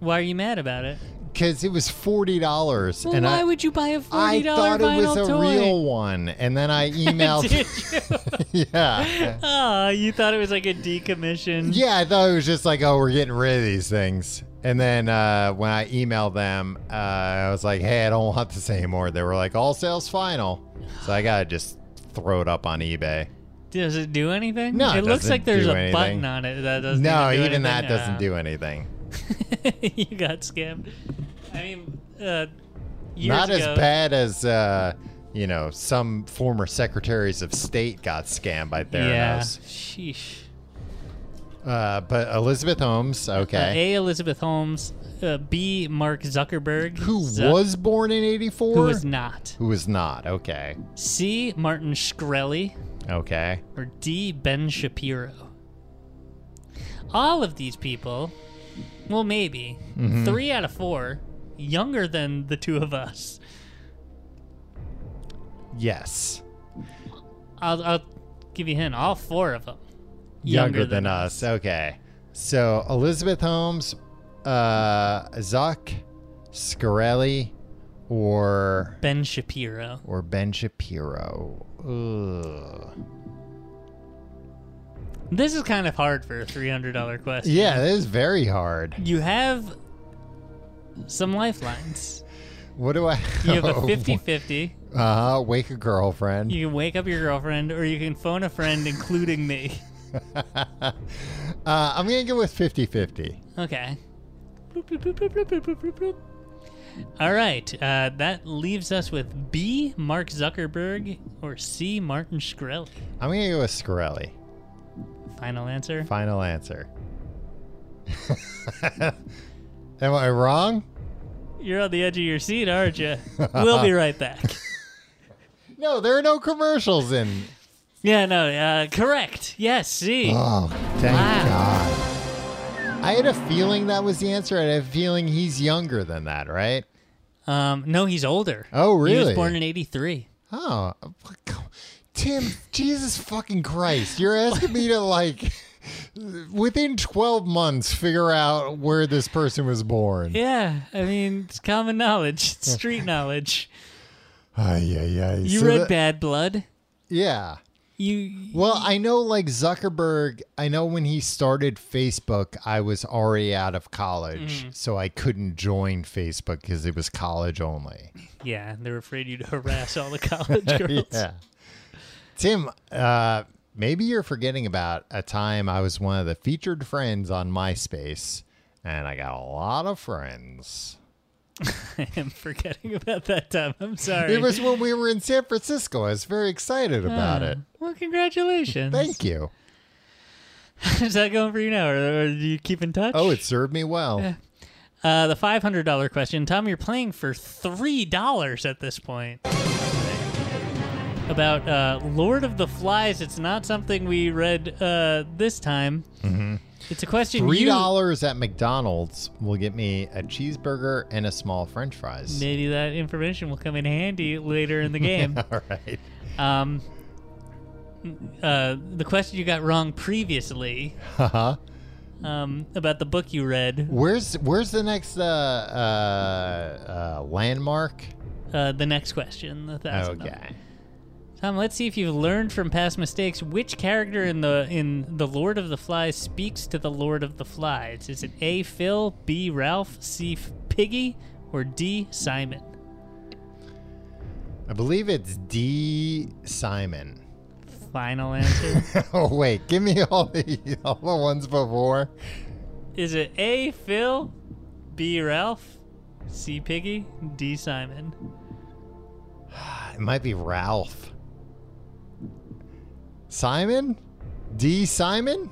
[SPEAKER 2] Why are you mad about it?
[SPEAKER 1] because it was forty dollars,
[SPEAKER 2] Well,
[SPEAKER 1] and
[SPEAKER 2] why
[SPEAKER 1] I
[SPEAKER 2] would you buy a $40
[SPEAKER 1] I thought it was
[SPEAKER 2] vinyl
[SPEAKER 1] a
[SPEAKER 2] toy?
[SPEAKER 1] real one, and then I
[SPEAKER 2] Did
[SPEAKER 1] emailed.
[SPEAKER 2] you?
[SPEAKER 1] yeah,
[SPEAKER 2] oh, you thought it was like a decommissioned.
[SPEAKER 1] yeah, I thought it was just like, oh, we're getting rid of these things. And then uh, when I emailed them, uh, I was like, hey, I don't want this anymore. They were like, all sales final, so I gotta just throw it up on eBay.
[SPEAKER 2] Does it do anything?
[SPEAKER 1] No,
[SPEAKER 2] it,
[SPEAKER 1] it
[SPEAKER 2] looks like
[SPEAKER 1] doesn't
[SPEAKER 2] there's
[SPEAKER 1] do
[SPEAKER 2] a
[SPEAKER 1] anything.
[SPEAKER 2] button on it that doesn't.
[SPEAKER 1] No,
[SPEAKER 2] do
[SPEAKER 1] even that
[SPEAKER 2] anything.
[SPEAKER 1] doesn't do anything.
[SPEAKER 2] Uh, you got scammed. I mean, uh, years
[SPEAKER 1] Not
[SPEAKER 2] ago-
[SPEAKER 1] as bad as uh, you know, some former secretaries of state got scammed by
[SPEAKER 2] Yeah.
[SPEAKER 1] Theranos.
[SPEAKER 2] Sheesh.
[SPEAKER 1] Uh, but Elizabeth Holmes,
[SPEAKER 2] Uh,
[SPEAKER 1] okay,
[SPEAKER 2] a. Elizabeth Holmes. Uh, B. Mark Zuckerberg.
[SPEAKER 1] who
[SPEAKER 2] Zuck-
[SPEAKER 1] was born in '84,
[SPEAKER 2] uh, Who was not.
[SPEAKER 1] who was not. Okay,
[SPEAKER 2] C. Martin Shkreli.
[SPEAKER 1] okay.
[SPEAKER 2] Or D. Ben Shapiro. All of these people, well, maybe
[SPEAKER 1] Mm-hmm.
[SPEAKER 2] three out of four, younger than the two of us.
[SPEAKER 1] Yes,
[SPEAKER 2] I'll, I'll give you a hint. All four of them.
[SPEAKER 1] younger, than, us. Okay, so Elizabeth Holmes, uh, Zuck, Scarelli, or
[SPEAKER 2] Ben Shapiro.
[SPEAKER 1] or Ben Shapiro. Ugh.
[SPEAKER 2] This is kind of hard for a three hundred dollar question.
[SPEAKER 1] Yeah, that is very hard.
[SPEAKER 2] You have some lifelines.
[SPEAKER 1] What do I?
[SPEAKER 2] You have a 50-50.
[SPEAKER 1] Uh huh. Wake a girlfriend.
[SPEAKER 2] You can wake up your girlfriend, or you can phone a friend, including me.
[SPEAKER 1] uh, I'm gonna go with 50-50.
[SPEAKER 2] Okay. Bloop, bloop, bloop, bloop, bloop, bloop, bloop, bloop, bloop. All right. Uh, that leaves us with B. Mark Zuckerberg or C. Martin Shkreli.
[SPEAKER 1] I'm gonna go with Scarelli.
[SPEAKER 2] Final answer.
[SPEAKER 1] Final answer. Am I wrong?
[SPEAKER 2] You're on the edge of your seat, aren't you? we'll be right back.
[SPEAKER 1] No, there are no commercials in.
[SPEAKER 2] Yeah, no, uh, correct. Yes, see.
[SPEAKER 1] Oh, thank
[SPEAKER 2] Wow.
[SPEAKER 1] God. I had a feeling that was the answer. I had a feeling he's younger than that, right?
[SPEAKER 2] Um, no, he's older.
[SPEAKER 1] Oh,
[SPEAKER 2] He was
[SPEAKER 1] really?
[SPEAKER 2] born in 83.
[SPEAKER 1] Oh, Tim, Jesus fucking Christ. You're asking me to, like, within 12 months, figure out where this person was born.
[SPEAKER 2] Yeah, I mean, it's common knowledge, it's street knowledge.
[SPEAKER 1] Ay, ay, ay.
[SPEAKER 2] You
[SPEAKER 1] So
[SPEAKER 2] read
[SPEAKER 1] that-
[SPEAKER 2] Bad Blood.
[SPEAKER 1] Yeah.
[SPEAKER 2] You.
[SPEAKER 1] Well, I know, like, Zuckerberg, I know when he started Facebook, I was already out of college.
[SPEAKER 2] Mm-hmm.
[SPEAKER 1] So I couldn't join Facebook because it was college only.
[SPEAKER 2] Yeah, they're afraid you'd harass all the college girls.
[SPEAKER 1] Yeah. Tim, uh, maybe you're forgetting about a time I was one of the featured friends on MySpace, and I got a lot of friends.
[SPEAKER 2] I am forgetting about that time. I'm sorry.
[SPEAKER 1] It was when we were in San Francisco. I was very excited about
[SPEAKER 2] Oh,
[SPEAKER 1] it.
[SPEAKER 2] Well, congratulations.
[SPEAKER 1] Thank you.
[SPEAKER 2] Is that going for you now, or, or do you keep in touch?
[SPEAKER 1] Oh, it served me well.
[SPEAKER 2] Uh, the five hundred dollar question, Tom. You're playing for three dollars at this point. About uh, Lord of the Flies. It's not something we read uh, this time. It's a question.
[SPEAKER 1] Mm-hmm. Three
[SPEAKER 2] you-
[SPEAKER 1] dollars at McDonald's will get me a cheeseburger and a small French fries.
[SPEAKER 2] Maybe that information will come in handy later in the game.
[SPEAKER 1] All right.
[SPEAKER 2] um, uh, the question you got wrong previously
[SPEAKER 1] Haha.
[SPEAKER 2] um, about the book you read,
[SPEAKER 1] Uh-huh. where's Where's the next uh, uh, uh, landmark?
[SPEAKER 2] uh, the next question, the thousand.
[SPEAKER 1] Okay.
[SPEAKER 2] Tom, let's see if you've learned from past mistakes. Which character in the in the Lord of the Flies speaks to the Lord of the Flies? Is it A. Phil, B. Ralph, C. F- Piggy, or D. Simon?
[SPEAKER 1] I believe it's D. Simon.
[SPEAKER 2] Final answer.
[SPEAKER 1] oh wait, give me all the all the ones before.
[SPEAKER 2] Is it A. Phil, B. Ralph, C. Piggy, D. Simon?
[SPEAKER 1] Uh, It might be Ralph. Simon? D. Simon?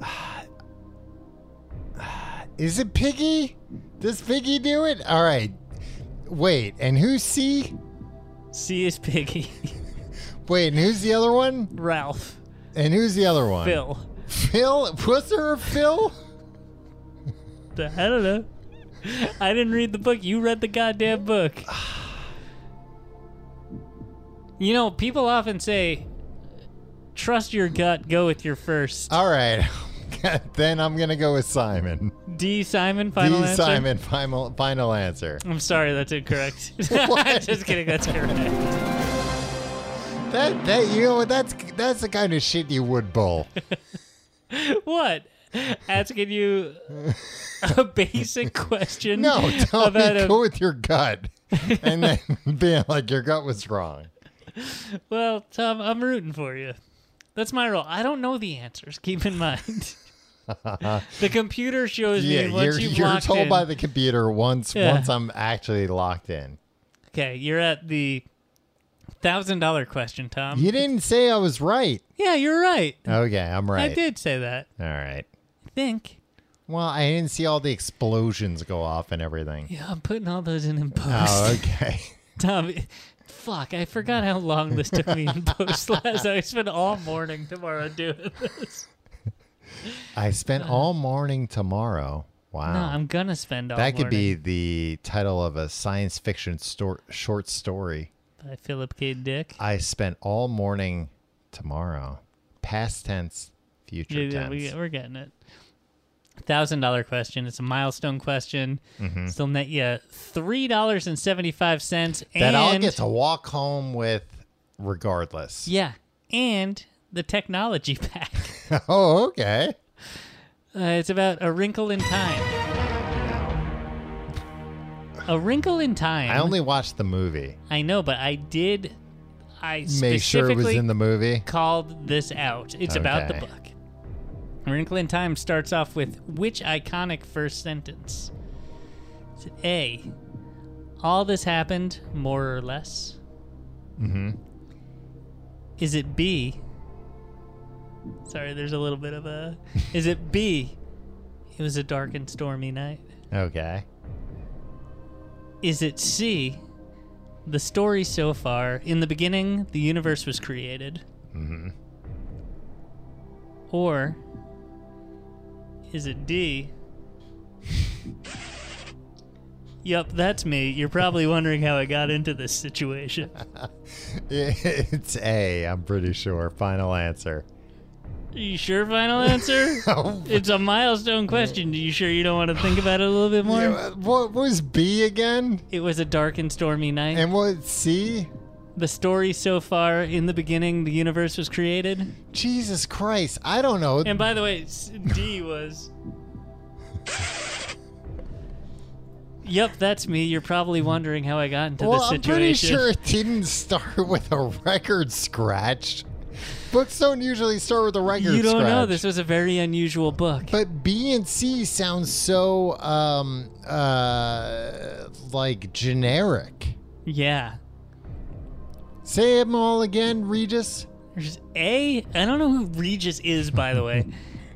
[SPEAKER 1] Is it Piggy? Does Piggy do it? All right. Wait, and who's C?
[SPEAKER 2] C is Piggy.
[SPEAKER 1] Wait, and who's the other one?
[SPEAKER 2] Ralph.
[SPEAKER 1] And who's the other one?
[SPEAKER 2] Phil.
[SPEAKER 1] Phil? Was there a Phil?
[SPEAKER 2] I don't know. I didn't read the book. You read the goddamn book. You know, people often say, trust your gut, go with your first.
[SPEAKER 1] All right. then I'm going to go with Simon.
[SPEAKER 2] D. Simon, final
[SPEAKER 1] D.
[SPEAKER 2] answer.
[SPEAKER 1] Simon, final, final answer.
[SPEAKER 2] I'm sorry, that's incorrect.
[SPEAKER 1] What?
[SPEAKER 2] Just kidding, that's correct.
[SPEAKER 1] That, that, you know what? That's, that's the kind of shit you would bull.
[SPEAKER 2] What? Asking you a basic question
[SPEAKER 1] No, tell me
[SPEAKER 2] about a
[SPEAKER 1] go with your gut, and then being like your gut was wrong.
[SPEAKER 2] Well, Tom, I'm rooting for you. That's my role. I don't know the answers. Keep in mind, the computer shows
[SPEAKER 1] Yeah,
[SPEAKER 2] me once
[SPEAKER 1] you're,
[SPEAKER 2] you've
[SPEAKER 1] you're
[SPEAKER 2] locked
[SPEAKER 1] told
[SPEAKER 2] in.
[SPEAKER 1] by the computer once
[SPEAKER 2] Yeah.
[SPEAKER 1] once I'm actually locked in.
[SPEAKER 2] okay, you're at the thousand dollar question, Tom.
[SPEAKER 1] You didn't say I was right.
[SPEAKER 2] yeah, you're right.
[SPEAKER 1] Okay, I'm right.
[SPEAKER 2] I did say that.
[SPEAKER 1] All right.
[SPEAKER 2] I think.
[SPEAKER 1] Well, I didn't see all the explosions go off and everything.
[SPEAKER 2] Yeah, I'm putting all those in in post.
[SPEAKER 1] Oh, okay.
[SPEAKER 2] Tom, fuck, I forgot how long this took me in post last. I spent all morning tomorrow doing this.
[SPEAKER 1] I spent all morning tomorrow. Wow.
[SPEAKER 2] No, I'm gonna spend all.
[SPEAKER 1] that could
[SPEAKER 2] morning
[SPEAKER 1] be the title of a science fiction stor- short story.
[SPEAKER 2] by Philip K. Dick.
[SPEAKER 1] I spent all morning tomorrow. Past tense, future
[SPEAKER 2] Yeah,
[SPEAKER 1] tense.
[SPEAKER 2] we, we're getting it. Thousand dollar question. It's a milestone question.
[SPEAKER 1] Mm-hmm.
[SPEAKER 2] Still net you three dollars and seventy five cents.
[SPEAKER 1] that
[SPEAKER 2] and
[SPEAKER 1] I'll get to walk home with regardless.
[SPEAKER 2] yeah, and the technology pack.
[SPEAKER 1] Oh, okay.
[SPEAKER 2] uh, it's about a wrinkle in time. A wrinkle in time.
[SPEAKER 1] I only watched the movie.
[SPEAKER 2] I know, but I did. I
[SPEAKER 1] Make sure it was
[SPEAKER 2] specifically
[SPEAKER 1] in the movie.
[SPEAKER 2] called this out. It's about the
[SPEAKER 1] Okay.
[SPEAKER 2] book. A Wrinkle in Time starts off with which iconic first sentence? Is it A? All this happened, more or less?
[SPEAKER 1] hmm
[SPEAKER 2] Is it B? Sorry, there's a little bit of a. Is it B? It was a dark and stormy night.
[SPEAKER 1] Okay.
[SPEAKER 2] Is it C? The story so far. In the beginning, the universe was created.
[SPEAKER 1] hmm
[SPEAKER 2] Or is it D? Yup, that's me. You're probably wondering how I got into this situation.
[SPEAKER 1] It's A, I'm pretty sure. Final answer.
[SPEAKER 2] You sure, final answer?
[SPEAKER 1] Oh,
[SPEAKER 2] It's a milestone question. You sure you don't want to think about it a little bit more?
[SPEAKER 1] yeah, what was B again?
[SPEAKER 2] It was a dark and stormy night.
[SPEAKER 1] And what C?
[SPEAKER 2] the story so far, in the beginning, the universe was created.
[SPEAKER 1] Jesus Christ. I don't know.
[SPEAKER 2] And by the way, s- D was. Yep, that's me. You're probably wondering how I got into
[SPEAKER 1] well,
[SPEAKER 2] this
[SPEAKER 1] I'm
[SPEAKER 2] situation.
[SPEAKER 1] pretty sure it didn't start with a record scratch. Books don't usually start with a record.
[SPEAKER 2] you don't know.
[SPEAKER 1] scratch.
[SPEAKER 2] This was a very unusual book.
[SPEAKER 1] But B and C sounds so um uh like generic.
[SPEAKER 2] yeah.
[SPEAKER 1] Say them all again, Regis.
[SPEAKER 2] There's A. I don't know who Regis is, by the way.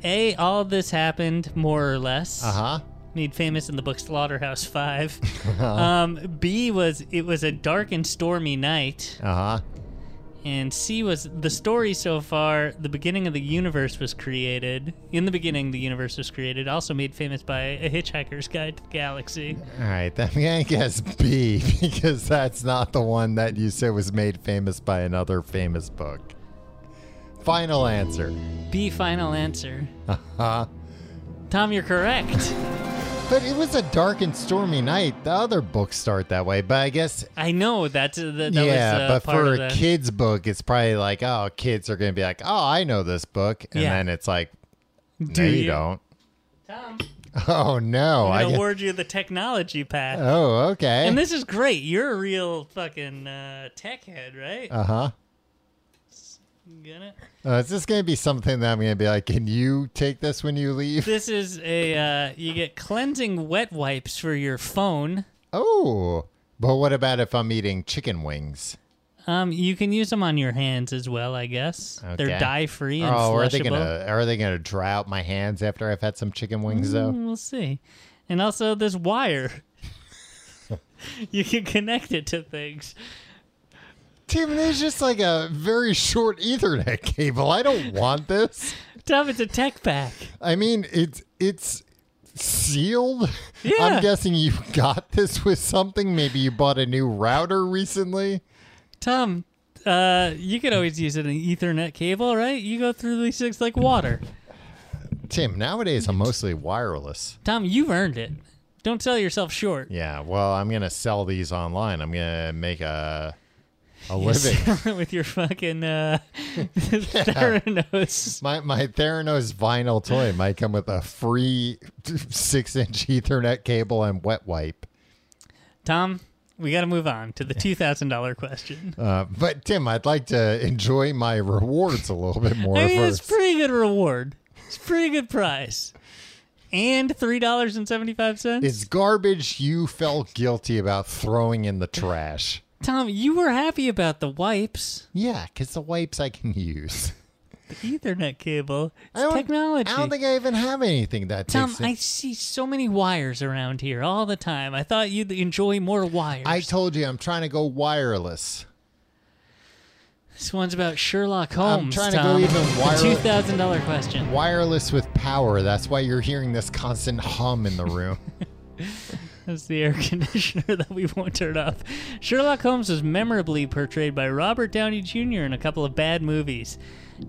[SPEAKER 2] A. All of this happened more or less.
[SPEAKER 1] Uh huh.
[SPEAKER 2] Made famous in the book Slaughterhouse Five.
[SPEAKER 1] Uh-huh.
[SPEAKER 2] um, B was it was a dark and stormy night.
[SPEAKER 1] Uh huh.
[SPEAKER 2] And C was the story so far. The beginning of the universe was created. In the beginning, the universe was created, also made famous by A Hitchhiker's Guide to the Galaxy.
[SPEAKER 1] All right, then I guess B because that's not the one that you said was made famous by another famous book. Final answer.
[SPEAKER 2] B, final answer.
[SPEAKER 1] Uh huh.
[SPEAKER 2] Tom, you're correct.
[SPEAKER 1] But it was a dark and stormy night. The other books start that way, but I guess
[SPEAKER 2] I know that's uh, that, that
[SPEAKER 1] yeah,
[SPEAKER 2] was uh,
[SPEAKER 1] but
[SPEAKER 2] part
[SPEAKER 1] for
[SPEAKER 2] of
[SPEAKER 1] a
[SPEAKER 2] the,
[SPEAKER 1] kid's book, it's probably like, oh, kids are going to be like, oh, I know this book, and
[SPEAKER 2] Yeah.
[SPEAKER 1] then it's like,
[SPEAKER 2] Do
[SPEAKER 1] no, you,
[SPEAKER 2] you?
[SPEAKER 1] don't.
[SPEAKER 2] Tom,
[SPEAKER 1] Oh no,
[SPEAKER 2] I'm
[SPEAKER 1] I
[SPEAKER 2] gonna
[SPEAKER 1] get-
[SPEAKER 2] award you the technology pass.
[SPEAKER 1] oh okay,
[SPEAKER 2] and this is great. You're a real fucking uh, tech head, right?
[SPEAKER 1] uh huh.
[SPEAKER 2] Get it?
[SPEAKER 1] Uh, is this going to be something that I'm going to be like, can you take this when you leave?
[SPEAKER 2] This is a uh, you get cleansing wet wipes for your phone.
[SPEAKER 1] Oh, but what about if I'm eating chicken wings?
[SPEAKER 2] Um, you can use them on your hands as well, I guess.
[SPEAKER 1] Okay.
[SPEAKER 2] They're dye free and
[SPEAKER 1] Oh,
[SPEAKER 2] flushable.
[SPEAKER 1] are they gonna are they gonna dry out my hands after I've had some chicken wings though?
[SPEAKER 2] Mm, We'll see. And also this wire. you can connect it to things.
[SPEAKER 1] Tim, this is just like a very short Ethernet cable. I don't want this.
[SPEAKER 2] Tom, it's a tech pack.
[SPEAKER 1] I mean, it's it's sealed.
[SPEAKER 2] Yeah.
[SPEAKER 1] I'm guessing you got this with something. Maybe you bought a new router recently.
[SPEAKER 2] Tom, uh, you could always use it in an Ethernet cable, right? You go through these things like water.
[SPEAKER 1] Tim, nowadays I'm mostly wireless.
[SPEAKER 2] Tom, you've earned it. Don't sell yourself short.
[SPEAKER 1] Yeah, well, I'm gonna sell these online. I'm gonna make a a
[SPEAKER 2] You're
[SPEAKER 1] living.
[SPEAKER 2] selling with your fucking uh, Theranos.
[SPEAKER 1] My my Theranos vinyl toy might come with a free six inch Ethernet cable and wet wipe.
[SPEAKER 2] Tom, we got to move on to the two thousand dollar question.
[SPEAKER 1] Uh, but Tim, I'd like to enjoy my rewards a little bit more
[SPEAKER 2] I mean, it's
[SPEAKER 1] first.
[SPEAKER 2] pretty good reward. It's pretty good price, and three dollars and seventy five cents.
[SPEAKER 1] It's garbage you felt guilty about throwing in the trash.
[SPEAKER 2] Tom, you were happy about the wipes,
[SPEAKER 1] Yeah, because the wipes I can use.
[SPEAKER 2] the Ethernet cable,
[SPEAKER 1] I
[SPEAKER 2] it's
[SPEAKER 1] don't-
[SPEAKER 2] technology.
[SPEAKER 1] I don't think I even have anything that
[SPEAKER 2] Tom,
[SPEAKER 1] takes. it.
[SPEAKER 2] I see so many wires around here all the time. I thought you'd enjoy more wires.
[SPEAKER 1] I told you I'm trying to go wireless.
[SPEAKER 2] this one's about Sherlock Holmes.
[SPEAKER 1] trying to go
[SPEAKER 2] Tom.
[SPEAKER 1] even wireless-
[SPEAKER 2] Two thousand dollar question.
[SPEAKER 1] Wireless with power. That's why you're hearing this constant hum in the room.
[SPEAKER 2] That's the air conditioner that we won't turn off. Sherlock Holmes was memorably portrayed by Robert Downey Jr. in a couple of bad movies.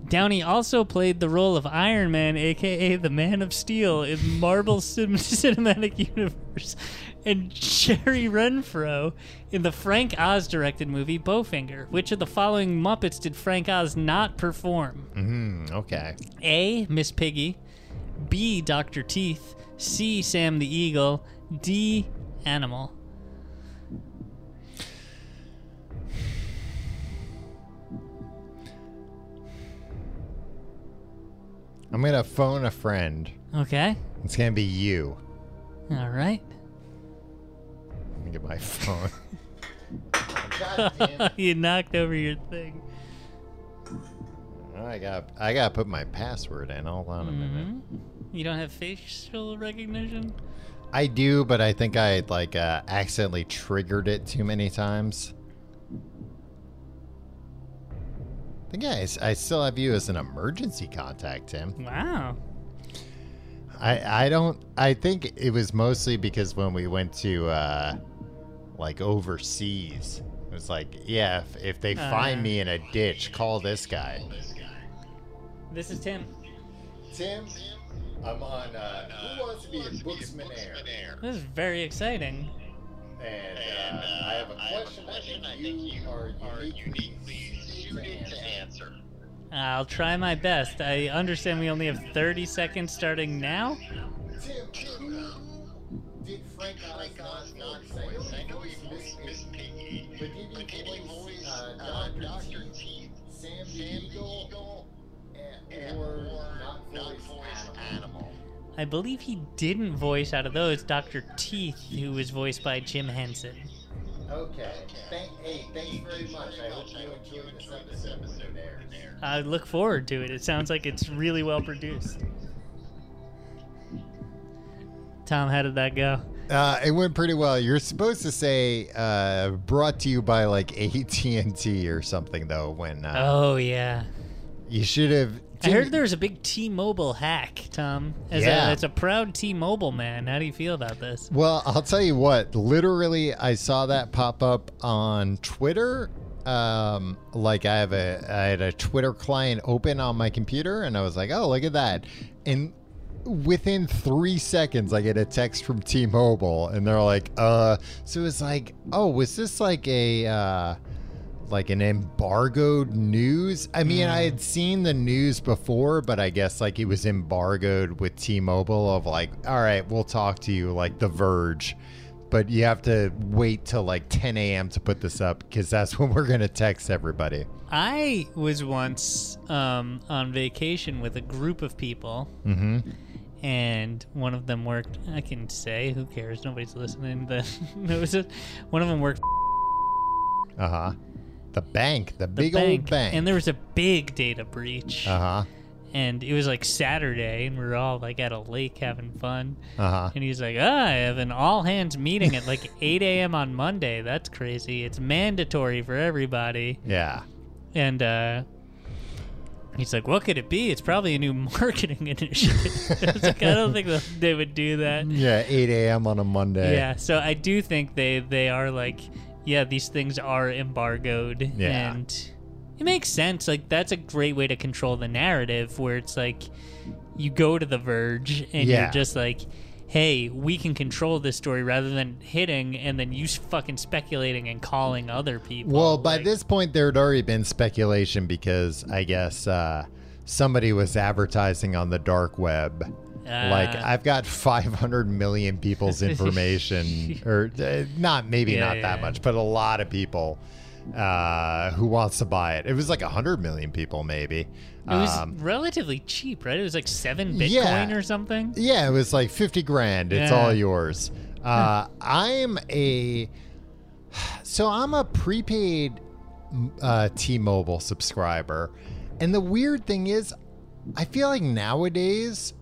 [SPEAKER 2] Downey also played the role of Iron Man, aka the Man of Steel, in Marvel Cin- Cinematic Universe, and Jerry Renfro in the Frank Oz directed movie Bowfinger. Which of the following Muppets did Frank Oz not perform?
[SPEAKER 1] Hmm, okay.
[SPEAKER 2] A. Miss Piggy. B. Dr. Teeth. C. Sam the Eagle. D. Animal.
[SPEAKER 1] I'm gonna phone a friend.
[SPEAKER 2] Okay.
[SPEAKER 1] It's gonna be you.
[SPEAKER 2] All right.
[SPEAKER 1] Let me get my phone. God damn it.
[SPEAKER 2] Oh, you knocked over your thing.
[SPEAKER 1] I got I gotta put my password in. Hold on a
[SPEAKER 2] Mm-hmm.
[SPEAKER 1] minute.
[SPEAKER 2] You don't have facial recognition?
[SPEAKER 1] I do, but I think I like uh, accidentally triggered it too many times. I think I, s- I still have you as an emergency contact, Tim.
[SPEAKER 2] Wow.
[SPEAKER 1] I I don't. I think it was mostly because when we went to uh, like overseas, it was like, yeah, if, if they
[SPEAKER 2] Uh.
[SPEAKER 1] find me in a ditch, call this guy.
[SPEAKER 2] This is Tim.
[SPEAKER 1] Tim, I'm on. Uh, Who wants to be a booksmanaire?
[SPEAKER 2] This is very exciting.
[SPEAKER 1] And uh, I have a question. I think you are uniquely suited to answer.
[SPEAKER 2] I'll try my best. I understand we only have 30 seconds starting now.
[SPEAKER 1] Tim, who did Frank Oz not Oh, voice? I know he voiced Miss Piggy, but did he voice uh, Doctor Teeth? Sam the Eagle and, or not voiced animal.
[SPEAKER 2] I believe he didn't voice out of those Dr. Teeth, who was voiced by Jim Henson.
[SPEAKER 1] Okay. Thank, hey, thanks very much. I hope you enjoyed this episode when it airs.
[SPEAKER 2] I look forward to it. It sounds like it's really well produced. Tom, how did that go?
[SPEAKER 1] Uh, it went pretty well. You're supposed to say uh, brought to you by like AT&T or something though when uh,
[SPEAKER 2] Oh yeah,
[SPEAKER 1] you should have
[SPEAKER 2] I heard there was a big T-Mobile hack, Tom. As
[SPEAKER 1] Yeah.
[SPEAKER 2] a, as a proud T-Mobile man, how do you feel about this?
[SPEAKER 1] Well, I'll tell you what. Literally, I saw that pop up on Twitter. Um, like I have a I had a Twitter client open on my computer, and I was like, "Oh, look at that!" And within three seconds, I get a text from T-Mobile, and they're like, "Uh," so it's like, "Oh, was this like a?" Uh, like an embargoed news. I mean, I
[SPEAKER 2] Mm.
[SPEAKER 1] had seen the news before, but I guess like it was embargoed with T-Mobile of like, all right, we'll talk to you like The Verge, but you have to wait till like 10 a.m. to put this up because that's when we're gonna text everybody.
[SPEAKER 2] I was once um, on vacation with a group of people,
[SPEAKER 1] Mm-hmm.
[SPEAKER 2] and one of them worked. I can say who cares? Nobody's listening. But it was a, one of them worked
[SPEAKER 1] Uh huh. The bank, the,
[SPEAKER 2] the
[SPEAKER 1] big
[SPEAKER 2] bank,
[SPEAKER 1] old bank.
[SPEAKER 2] and there was a big data breach,
[SPEAKER 1] uh huh.
[SPEAKER 2] and it was like Saturday, and we were all like at a lake having fun.
[SPEAKER 1] Uh huh.
[SPEAKER 2] And he's like, ah, I have an all hands meeting at like 8 a.m. on Monday. That's crazy. It's mandatory for everybody.
[SPEAKER 1] Yeah.
[SPEAKER 2] And uh, he's like, what could it be? It's probably a new marketing initiative. I was like, I don't think that they would do that.
[SPEAKER 1] Yeah. 8 a.m. on a Monday.
[SPEAKER 2] Yeah. So I do think they, they are like, yeah, these things are embargoed.
[SPEAKER 1] Yeah.
[SPEAKER 2] And it makes sense. Like, that's a great way to control the narrative where it's like you go to The Verge and
[SPEAKER 1] Yeah.
[SPEAKER 2] you're just like, hey, we can control this story rather than hitting and then you s- fucking speculating and calling other people.
[SPEAKER 1] Well, by
[SPEAKER 2] Like,
[SPEAKER 1] this point, there had already been speculation because I guess uh, somebody was advertising on the dark web. like,
[SPEAKER 2] uh,
[SPEAKER 1] I've got 500 million people's information, or uh, not, maybe
[SPEAKER 2] Yeah,
[SPEAKER 1] not that
[SPEAKER 2] yeah.
[SPEAKER 1] much, but a lot of people uh, who wants to buy it. It was like 100 million people, maybe. Um,
[SPEAKER 2] It was relatively cheap, right? It was like seven Bitcoin
[SPEAKER 1] Yeah.
[SPEAKER 2] or something.
[SPEAKER 1] Yeah, it was like 50 grand. It's
[SPEAKER 2] Yeah.
[SPEAKER 1] all yours. Uh, I'm a. So I'm a prepaid uh, T Mobile subscriber. And the weird thing is, I feel like nowadays,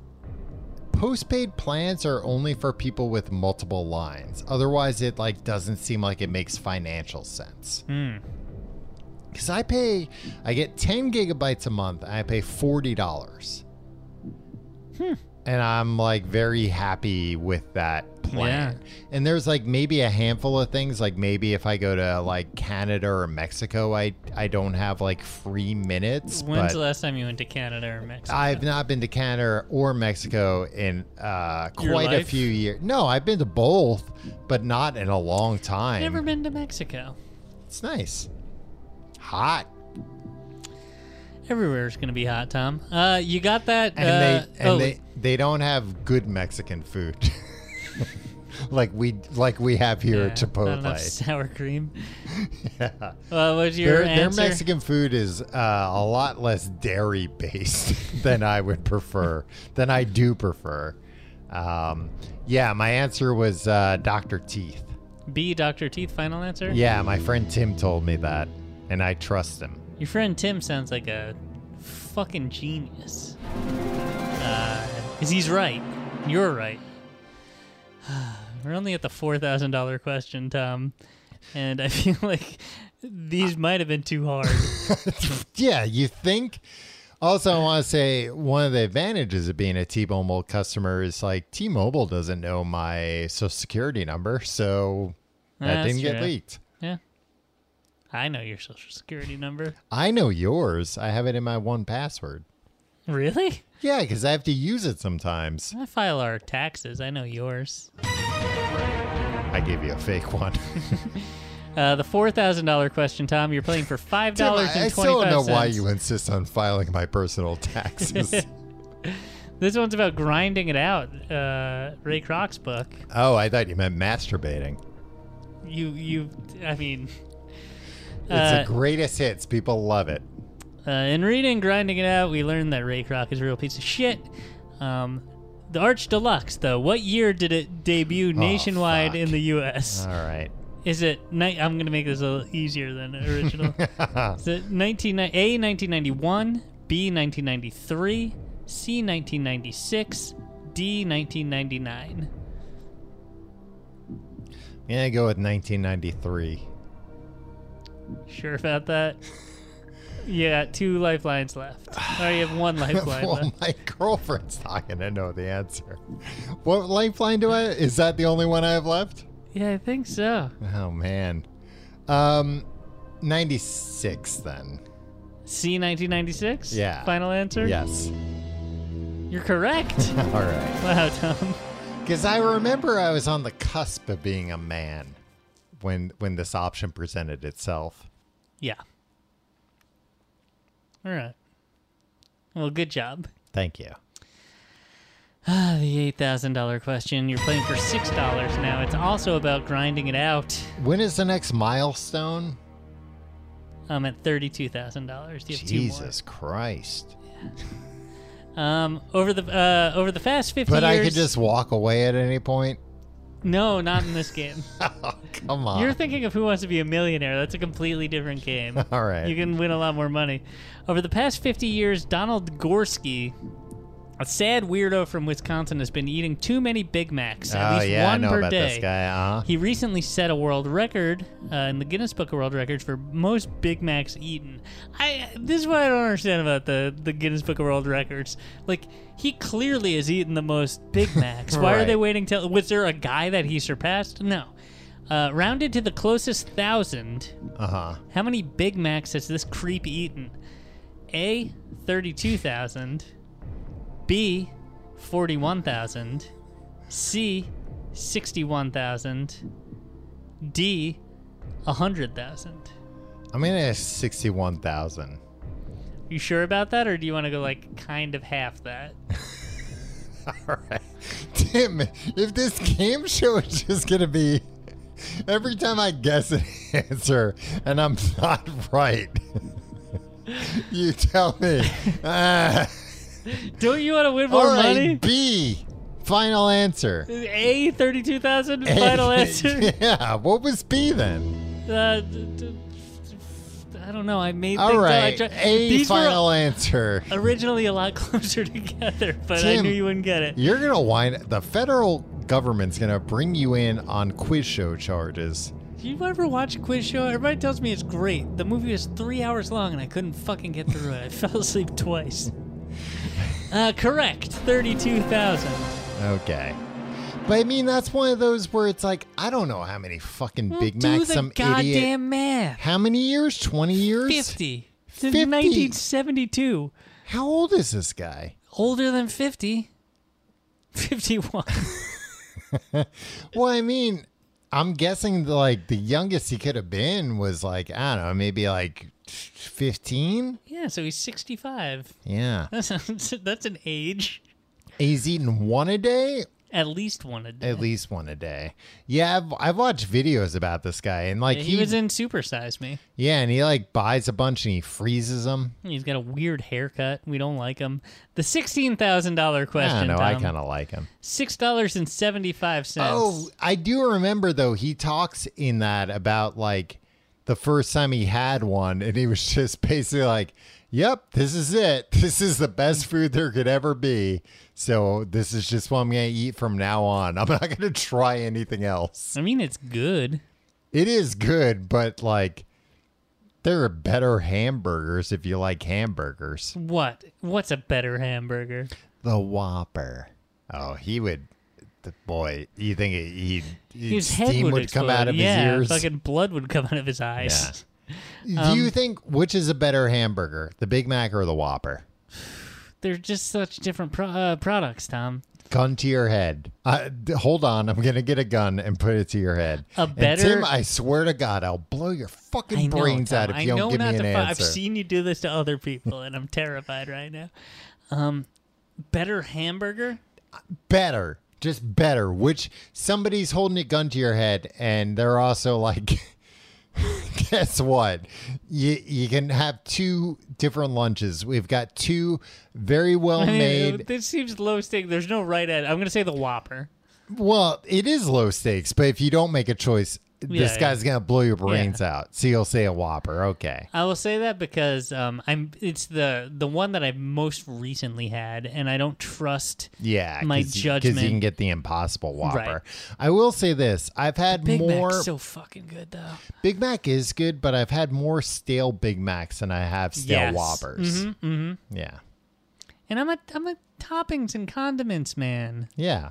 [SPEAKER 1] postpaid plans are only for people with multiple lines. Otherwise, it like doesn't seem like it makes financial sense.
[SPEAKER 2] Hmm.
[SPEAKER 1] Because I pay, I get 10 gigabytes a month and I pay $40.
[SPEAKER 2] Hmm.
[SPEAKER 1] And I'm like very happy with that plan. And there's like maybe a handful of things, like maybe if I go to like Canada or Mexico, I, I don't have like free minutes.
[SPEAKER 2] When's
[SPEAKER 1] but
[SPEAKER 2] the last time you went to Canada or Mexico?
[SPEAKER 1] I've not been to Canada or Mexico in uh,
[SPEAKER 2] Your
[SPEAKER 1] quite a
[SPEAKER 2] life?
[SPEAKER 1] few years. No, I've been to both, but not in a long time.
[SPEAKER 2] Never been to Mexico.
[SPEAKER 1] It's nice. Hot.
[SPEAKER 2] Everywhere's gonna be hot, Tom. Uh, you got that?
[SPEAKER 1] and
[SPEAKER 2] uh,
[SPEAKER 1] they and
[SPEAKER 2] oh,
[SPEAKER 1] they they don't have good Mexican food, like we like we have here
[SPEAKER 2] yeah,
[SPEAKER 1] at
[SPEAKER 2] not enough
[SPEAKER 1] Chipotle.
[SPEAKER 2] sour cream.
[SPEAKER 1] Yeah.
[SPEAKER 2] Uh, what was your
[SPEAKER 1] Their, their
[SPEAKER 2] answer?
[SPEAKER 1] Mexican food is uh, a lot less dairy based than I would prefer, than I do prefer. Um, yeah, my answer was uh, Dr. Teeth.
[SPEAKER 2] B. Doctor Teeth. Final answer.
[SPEAKER 1] Yeah, my friend Tim told me that, and I trust him.
[SPEAKER 2] Your friend Tim sounds like a fucking genius. Uh, Cause he's right. You're right. We're only at the four thousand dollar question, Tom, and I feel like
[SPEAKER 1] Ah.
[SPEAKER 2] these might have been too hard.
[SPEAKER 1] yeah, you think. Also, I want to say one of the advantages of being a T-Mobile customer is like T-Mobile doesn't know my social security number, so that
[SPEAKER 2] That's
[SPEAKER 1] didn't get
[SPEAKER 2] true.
[SPEAKER 1] leaked.
[SPEAKER 2] yeah, I know your social security number.
[SPEAKER 1] I know yours. I have it in my one password.
[SPEAKER 2] Really?
[SPEAKER 1] Yeah, because I have to use it sometimes.
[SPEAKER 2] I file our taxes. I know yours.
[SPEAKER 1] I gave you a fake one.
[SPEAKER 2] Uh, the four thousand dollar question, Tom. You're playing for five
[SPEAKER 1] Tim,
[SPEAKER 2] dollars
[SPEAKER 1] I, I
[SPEAKER 2] and
[SPEAKER 1] still
[SPEAKER 2] twenty
[SPEAKER 1] don't
[SPEAKER 2] five
[SPEAKER 1] know
[SPEAKER 2] cents.
[SPEAKER 1] why you insist on filing my personal taxes.
[SPEAKER 2] This one's about grinding it out. Uh, Ray Kroc's book.
[SPEAKER 1] oh, I thought you meant masturbating.
[SPEAKER 2] You, you. I mean,
[SPEAKER 1] It's the
[SPEAKER 2] uh,
[SPEAKER 1] greatest hits. People love it.
[SPEAKER 2] Uh, in reading Grinding It Out, we learned that Ray Kroc is a real piece of shit. Um, the Arch Deluxe, though, what year did it debut nationwide
[SPEAKER 1] Oh, fuck.
[SPEAKER 2] in the U.S.?
[SPEAKER 1] All right.
[SPEAKER 2] Is it? Ni- I'm gonna make this a little easier than the original. Is it 19, A 1991, B 1993, C 1996, D 1999?
[SPEAKER 1] I'm going to go with 1993.
[SPEAKER 2] Sure about that? You got two lifelines left. Or you have one lifeline
[SPEAKER 1] well,
[SPEAKER 2] left.
[SPEAKER 1] my girlfriend's not going to know the answer. What lifeline do I Is that the only one I have left?
[SPEAKER 2] Yeah, I think so.
[SPEAKER 1] Oh, man. Um, 96 then.
[SPEAKER 2] C 1996?
[SPEAKER 1] Yeah.
[SPEAKER 2] Final answer?
[SPEAKER 1] Yes.
[SPEAKER 2] You're correct.
[SPEAKER 1] All right.
[SPEAKER 2] wow, Tom.
[SPEAKER 1] Because I remember I was on the cusp of being a man when when this option presented itself.
[SPEAKER 2] Yeah. All right. Well, good job.
[SPEAKER 1] Thank you.
[SPEAKER 2] Ah, the eight thousand dollar question. You're playing for six dollars now. It's also about grinding it out.
[SPEAKER 1] When is the next milestone?
[SPEAKER 2] I'm um, at thirty-two thousand dollars. You have
[SPEAKER 1] Jesus Christ.
[SPEAKER 2] two more. Um, over the uh, over the fast fifty
[SPEAKER 1] But I
[SPEAKER 2] years.
[SPEAKER 1] could just walk away at any point.
[SPEAKER 2] no, not in this game.
[SPEAKER 1] Oh, come on.
[SPEAKER 2] You're thinking of Who Wants to Be a Millionaire. That's a completely different game.
[SPEAKER 1] All right.
[SPEAKER 2] You can win a lot more money. Over the past 50 years, Donald Gorski, a sad weirdo from Wisconsin, has been eating too many Big Macs, at
[SPEAKER 1] oh
[SPEAKER 2] least
[SPEAKER 1] yeah,
[SPEAKER 2] one
[SPEAKER 1] I know
[SPEAKER 2] per
[SPEAKER 1] about
[SPEAKER 2] day.
[SPEAKER 1] this guy. Uh-huh.
[SPEAKER 2] He recently set a world record uh, in the Guinness Book of World Records for most Big Macs eaten. I this is what I don't understand about the the Guinness Book of World Records. Like he clearly has eaten the most Big Macs. Why are
[SPEAKER 1] Right.
[SPEAKER 2] they waiting till? Was there a guy that he surpassed? No. Uh, rounded to the closest thousand,
[SPEAKER 1] Uh-huh.
[SPEAKER 2] how many Big Macs has this creep eaten? A, 32,000. B, 41,000. C, 61,000. D, 100,000.
[SPEAKER 1] I'm gonna ask sixty-one thousand.
[SPEAKER 2] You sure about that, or do you want to go like kind of half that?
[SPEAKER 1] All right, Tim. If this game show is just gonna be every time I guess an answer and I'm not right, you tell me. Ah,
[SPEAKER 2] Don't you want to win more
[SPEAKER 1] all right,
[SPEAKER 2] money?
[SPEAKER 1] B. Final answer.
[SPEAKER 2] A, 32,000. Final answer.
[SPEAKER 1] yeah. What was B then?
[SPEAKER 2] Uh, d- d- I don't know. I made
[SPEAKER 1] All
[SPEAKER 2] things up. I
[SPEAKER 1] right.
[SPEAKER 2] tri-
[SPEAKER 1] A.
[SPEAKER 2] These were
[SPEAKER 1] Final answer.
[SPEAKER 2] originally a lot closer together, but I
[SPEAKER 1] Tim.
[SPEAKER 2] knew you wouldn't get it.
[SPEAKER 1] You're gonna wind. The federal government's gonna bring you in on quiz show charges.
[SPEAKER 2] Do you ever watch Quiz Show? Everybody tells me it's great. The movie was three hours long and I couldn't fucking get through it. I fell asleep twice. Uh, correct, thirty-two thousand.
[SPEAKER 1] Okay. But I mean, that's one of those where it's like, I don't know how many fucking Big
[SPEAKER 2] Do
[SPEAKER 1] Macs
[SPEAKER 2] the
[SPEAKER 1] some
[SPEAKER 2] goddamn
[SPEAKER 1] idiot.
[SPEAKER 2] math.
[SPEAKER 1] How many years? 20 years?
[SPEAKER 2] Fifty.
[SPEAKER 1] 50.
[SPEAKER 2] Nineteen seventy-two.
[SPEAKER 1] How old is this guy?
[SPEAKER 2] Older than fifty. Fifty-one.
[SPEAKER 1] Well, I mean, I'm guessing the, like the youngest he could have been was like, I don't know, maybe like 15?
[SPEAKER 2] yeah, so he's sixty-five.
[SPEAKER 1] Yeah.
[SPEAKER 2] That sounds- That's an age.
[SPEAKER 1] He's eating one a day
[SPEAKER 2] At least one a day.
[SPEAKER 1] at least one a day. Yeah, I've, I've watched videos about this guy and like
[SPEAKER 2] He was in Super Size Me.
[SPEAKER 1] yeah, and he like buys a bunch and he freezes them.
[SPEAKER 2] He's got a weird haircut. We don't like him. The sixteen thousand dollar
[SPEAKER 1] I
[SPEAKER 2] question.
[SPEAKER 1] don't know. I
[SPEAKER 2] Tom.
[SPEAKER 1] kind of like him.
[SPEAKER 2] Six dollars and seventy five cents.
[SPEAKER 1] Oh, I do remember though. He talks in that about like the first time he had one, and he was just basically like, "Yep, this is it. This is the best food there could ever be. So this is just what I'm gonna eat from now on. I'm not gonna try anything else.
[SPEAKER 2] I mean it's good.
[SPEAKER 1] It is good, but like." There are better hamburgers if you like hamburgers.
[SPEAKER 2] What? What's a better hamburger?
[SPEAKER 1] The Whopper. Oh, he would. The boy, you think he, he
[SPEAKER 2] His head
[SPEAKER 1] steam
[SPEAKER 2] would,
[SPEAKER 1] would, come
[SPEAKER 2] explode.
[SPEAKER 1] out of
[SPEAKER 2] yeah,
[SPEAKER 1] his ears?
[SPEAKER 2] Fucking blood would come out of his eyes.
[SPEAKER 1] Do
[SPEAKER 2] Um,
[SPEAKER 1] you think which is a better hamburger, the Big Mac or the Whopper?
[SPEAKER 2] They're just such different pro- uh, products, Tom.
[SPEAKER 1] Gun to your head. Uh, d- hold on, I'm gonna get a gun and put it to your head.
[SPEAKER 2] A
[SPEAKER 1] And
[SPEAKER 2] better-
[SPEAKER 1] Tim, I swear to God, I'll blow your fucking
[SPEAKER 2] I know,
[SPEAKER 1] brains
[SPEAKER 2] Tom.
[SPEAKER 1] out if
[SPEAKER 2] I
[SPEAKER 1] you
[SPEAKER 2] know
[SPEAKER 1] don't give
[SPEAKER 2] not
[SPEAKER 1] me an
[SPEAKER 2] to fu-
[SPEAKER 1] answer.
[SPEAKER 2] I've seen you do this to other people, and I'm terrified right now. Um, better hamburger?
[SPEAKER 1] better, just better. Which somebody's holding a gun to your head, and they're also like, guess what? You you can have two different lunches. We've got two very well
[SPEAKER 2] I mean,
[SPEAKER 1] made.
[SPEAKER 2] This seems low stake. There's no right at. I'm gonna say the Whopper.
[SPEAKER 1] Well, it is low stakes, but if you don't make a choice, this
[SPEAKER 2] Yeah,
[SPEAKER 1] guy's gonna blow your brains out. So you'll say a Whopper, okay?
[SPEAKER 2] I will say that because um, I'm. It's the the one that I most recently had, and I don't trust.
[SPEAKER 1] Yeah,
[SPEAKER 2] My
[SPEAKER 1] because you
[SPEAKER 2] judgment.
[SPEAKER 1] can get the Impossible Whopper.
[SPEAKER 2] Right.
[SPEAKER 1] I will say this: I've had
[SPEAKER 2] Big
[SPEAKER 1] more
[SPEAKER 2] Mac's so fucking good though.
[SPEAKER 1] Big Mac is good, but I've had more stale Big Macs than I have stale
[SPEAKER 2] Yes.
[SPEAKER 1] Whoppers.
[SPEAKER 2] Mhm, mhm.
[SPEAKER 1] Yeah,
[SPEAKER 2] And I'm a I'm a toppings and condiments man.
[SPEAKER 1] yeah.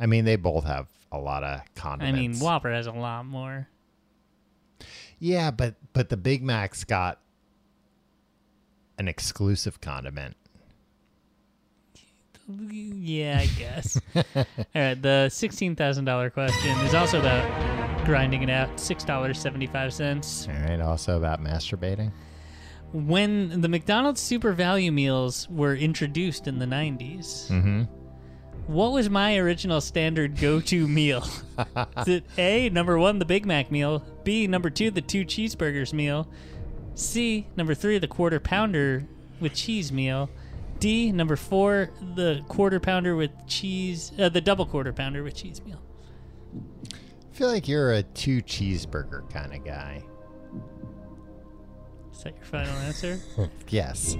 [SPEAKER 1] I mean, they both have a lot of
[SPEAKER 2] I
[SPEAKER 1] condiments.
[SPEAKER 2] mean, Whopper has a lot more.
[SPEAKER 1] Yeah, but but the Big Mac's got an exclusive condiment.
[SPEAKER 2] Yeah, I guess. All right, the sixteen thousand dollar question is also about grinding it out. Six dollars seventy five cents.
[SPEAKER 1] All right. Also about masturbating.
[SPEAKER 2] When the McDonald's Super Value meals were introduced in the nineties,
[SPEAKER 1] Mm-hmm.
[SPEAKER 2] what was my original standard go to meal? is it A number one the Big Mac meal, B number two the two cheeseburgers meal, C number three the quarter pounder with cheese meal, D number four the quarter pounder with cheese, uh, the double quarter pounder with cheese meal.
[SPEAKER 1] I feel like you're a two cheeseburger kind of guy.
[SPEAKER 2] Is that your final answer?
[SPEAKER 1] Yes.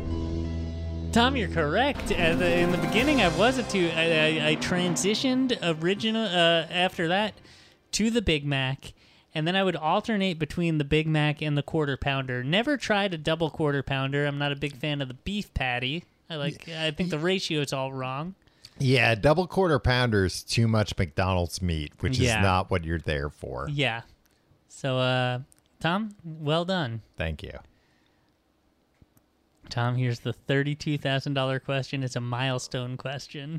[SPEAKER 2] Tom, you're correct. At the, in the beginning, I was a two. I, I, I transitioned original uh, after that to the Big Mac, and then I would alternate between the Big Mac and the quarter pounder. Never tried a double quarter pounder. I'm not a big fan of the beef patty. I like. I think the ratio is all wrong.
[SPEAKER 1] Yeah, double quarter pounders too much McDonald's meat, which
[SPEAKER 2] Yeah.
[SPEAKER 1] is not what you're there for.
[SPEAKER 2] Yeah. So, uh, Tom, well done.
[SPEAKER 1] Thank you.
[SPEAKER 2] Tom, here's the thirty-two thousand dollar question. It's a milestone question.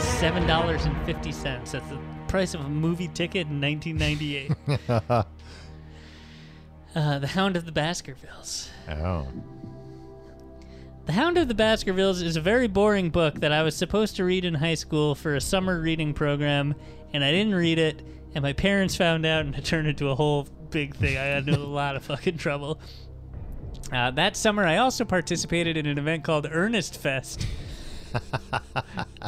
[SPEAKER 2] Seven dollars and fifty cents. That's the price of a movie ticket in nineteen ninety-eight. uh, the Hound of the Baskervilles.
[SPEAKER 1] Oh.
[SPEAKER 2] The Hound of the Baskervilles is a very boring book that I was supposed to read in high school for a summer reading program, and I didn't read it, and my parents found out, and it turned into a whole big thing. I got into a lot of fucking trouble. Uh, that summer, I also participated in an event called Earnest Fest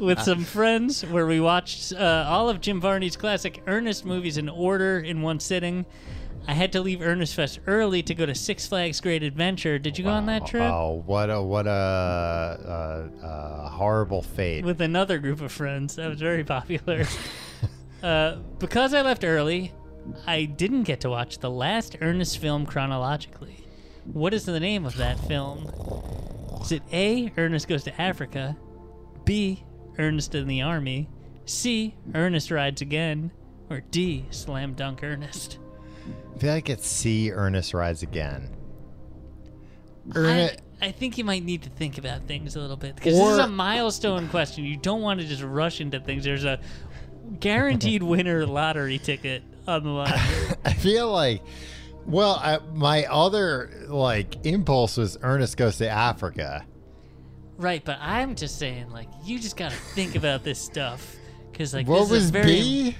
[SPEAKER 2] with some friends where we watched uh, all of Jim Varney's classic Ernest movies in order in one sitting. I had to leave Ernest Fest early to go to Six Flags Great Adventure. Did you go on that trip?
[SPEAKER 1] Oh, what a what a uh, uh, horrible fate.
[SPEAKER 2] with another group of friends that was very popular. uh, because I left early, I didn't get to watch the last Ernest film chronologically. What is the name of that film? Is it A. Ernest Goes to Africa, B. Ernest in the Army, C. Ernest Rides Again, or D. Slam Dunk Ernest?
[SPEAKER 1] I feel like it's see Ernest Rise Again.
[SPEAKER 2] I,
[SPEAKER 1] Ernest,
[SPEAKER 2] I think you might need to think about things a little bit because this is
[SPEAKER 1] Or-
[SPEAKER 2] a milestone question. You don't want to just rush into things. There's a guaranteed winner lottery ticket on the line.
[SPEAKER 1] I feel like. Well, I, my other like impulse was Ernest goes to Africa.
[SPEAKER 2] right, but I'm just saying, like, you just got to think about this stuff because, like,
[SPEAKER 1] What
[SPEAKER 2] this
[SPEAKER 1] was
[SPEAKER 2] is very
[SPEAKER 1] B?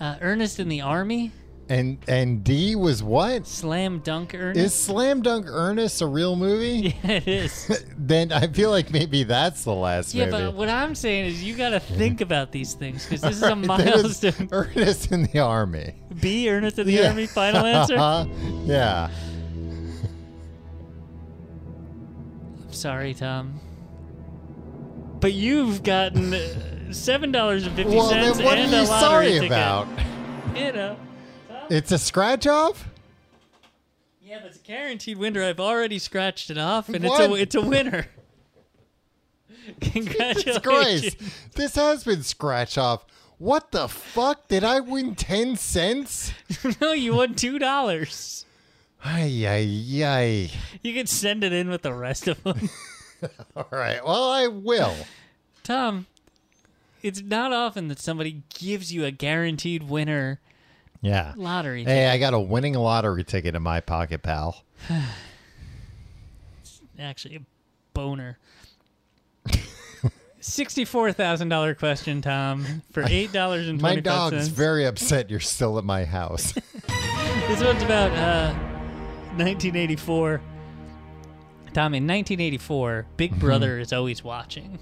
[SPEAKER 2] Uh, Ernest in the Army,
[SPEAKER 1] And and D was what?
[SPEAKER 2] slam dunk
[SPEAKER 1] Is
[SPEAKER 2] Ernest.
[SPEAKER 1] Slam Dunk Ernest a real movie?
[SPEAKER 2] yeah, it is.
[SPEAKER 1] then I feel like maybe that's the last
[SPEAKER 2] Yeah,
[SPEAKER 1] movie.
[SPEAKER 2] but what I'm saying is you got to think about these things because this is a
[SPEAKER 1] That is
[SPEAKER 2] milestone.
[SPEAKER 1] Ernest in the army.
[SPEAKER 2] B, Ernest in the
[SPEAKER 1] Yeah. Uh-huh.
[SPEAKER 2] Army, final answer.
[SPEAKER 1] yeah.
[SPEAKER 2] Sorry, Tom. But you've gotten uh, seven dollars and fifty
[SPEAKER 1] Well,
[SPEAKER 2] cents
[SPEAKER 1] then what
[SPEAKER 2] and
[SPEAKER 1] are
[SPEAKER 2] a
[SPEAKER 1] you
[SPEAKER 2] lottery
[SPEAKER 1] sorry
[SPEAKER 2] ticket.
[SPEAKER 1] about?
[SPEAKER 2] You know.
[SPEAKER 1] It's a scratch off.
[SPEAKER 2] Yeah, but it's a guaranteed winner. I've already scratched it off, and it's a
[SPEAKER 1] What?
[SPEAKER 2] it's a winner. Congratulations!
[SPEAKER 1] Grace, this has been scratch off. What the fuck? Did I win ten cents?
[SPEAKER 2] no, you won two dollars.
[SPEAKER 1] Ay ay ay.
[SPEAKER 2] You can send it in with the rest of them,
[SPEAKER 1] All right. Well, I will.
[SPEAKER 2] Tom. It's not often that somebody gives you a guaranteed winner
[SPEAKER 1] Yeah.
[SPEAKER 2] lottery. ticket.
[SPEAKER 1] Hey, I got a winning lottery ticket in my pocket, pal.
[SPEAKER 2] actually a boner. Sixty-four thousand dollar question, Tom, for eight dollars and
[SPEAKER 1] My
[SPEAKER 2] twenty-five
[SPEAKER 1] dog's
[SPEAKER 2] cents.
[SPEAKER 1] very upset you're still at my house.
[SPEAKER 2] This one's about uh, 1984. Tom, in 1984, Big Brother is always watching.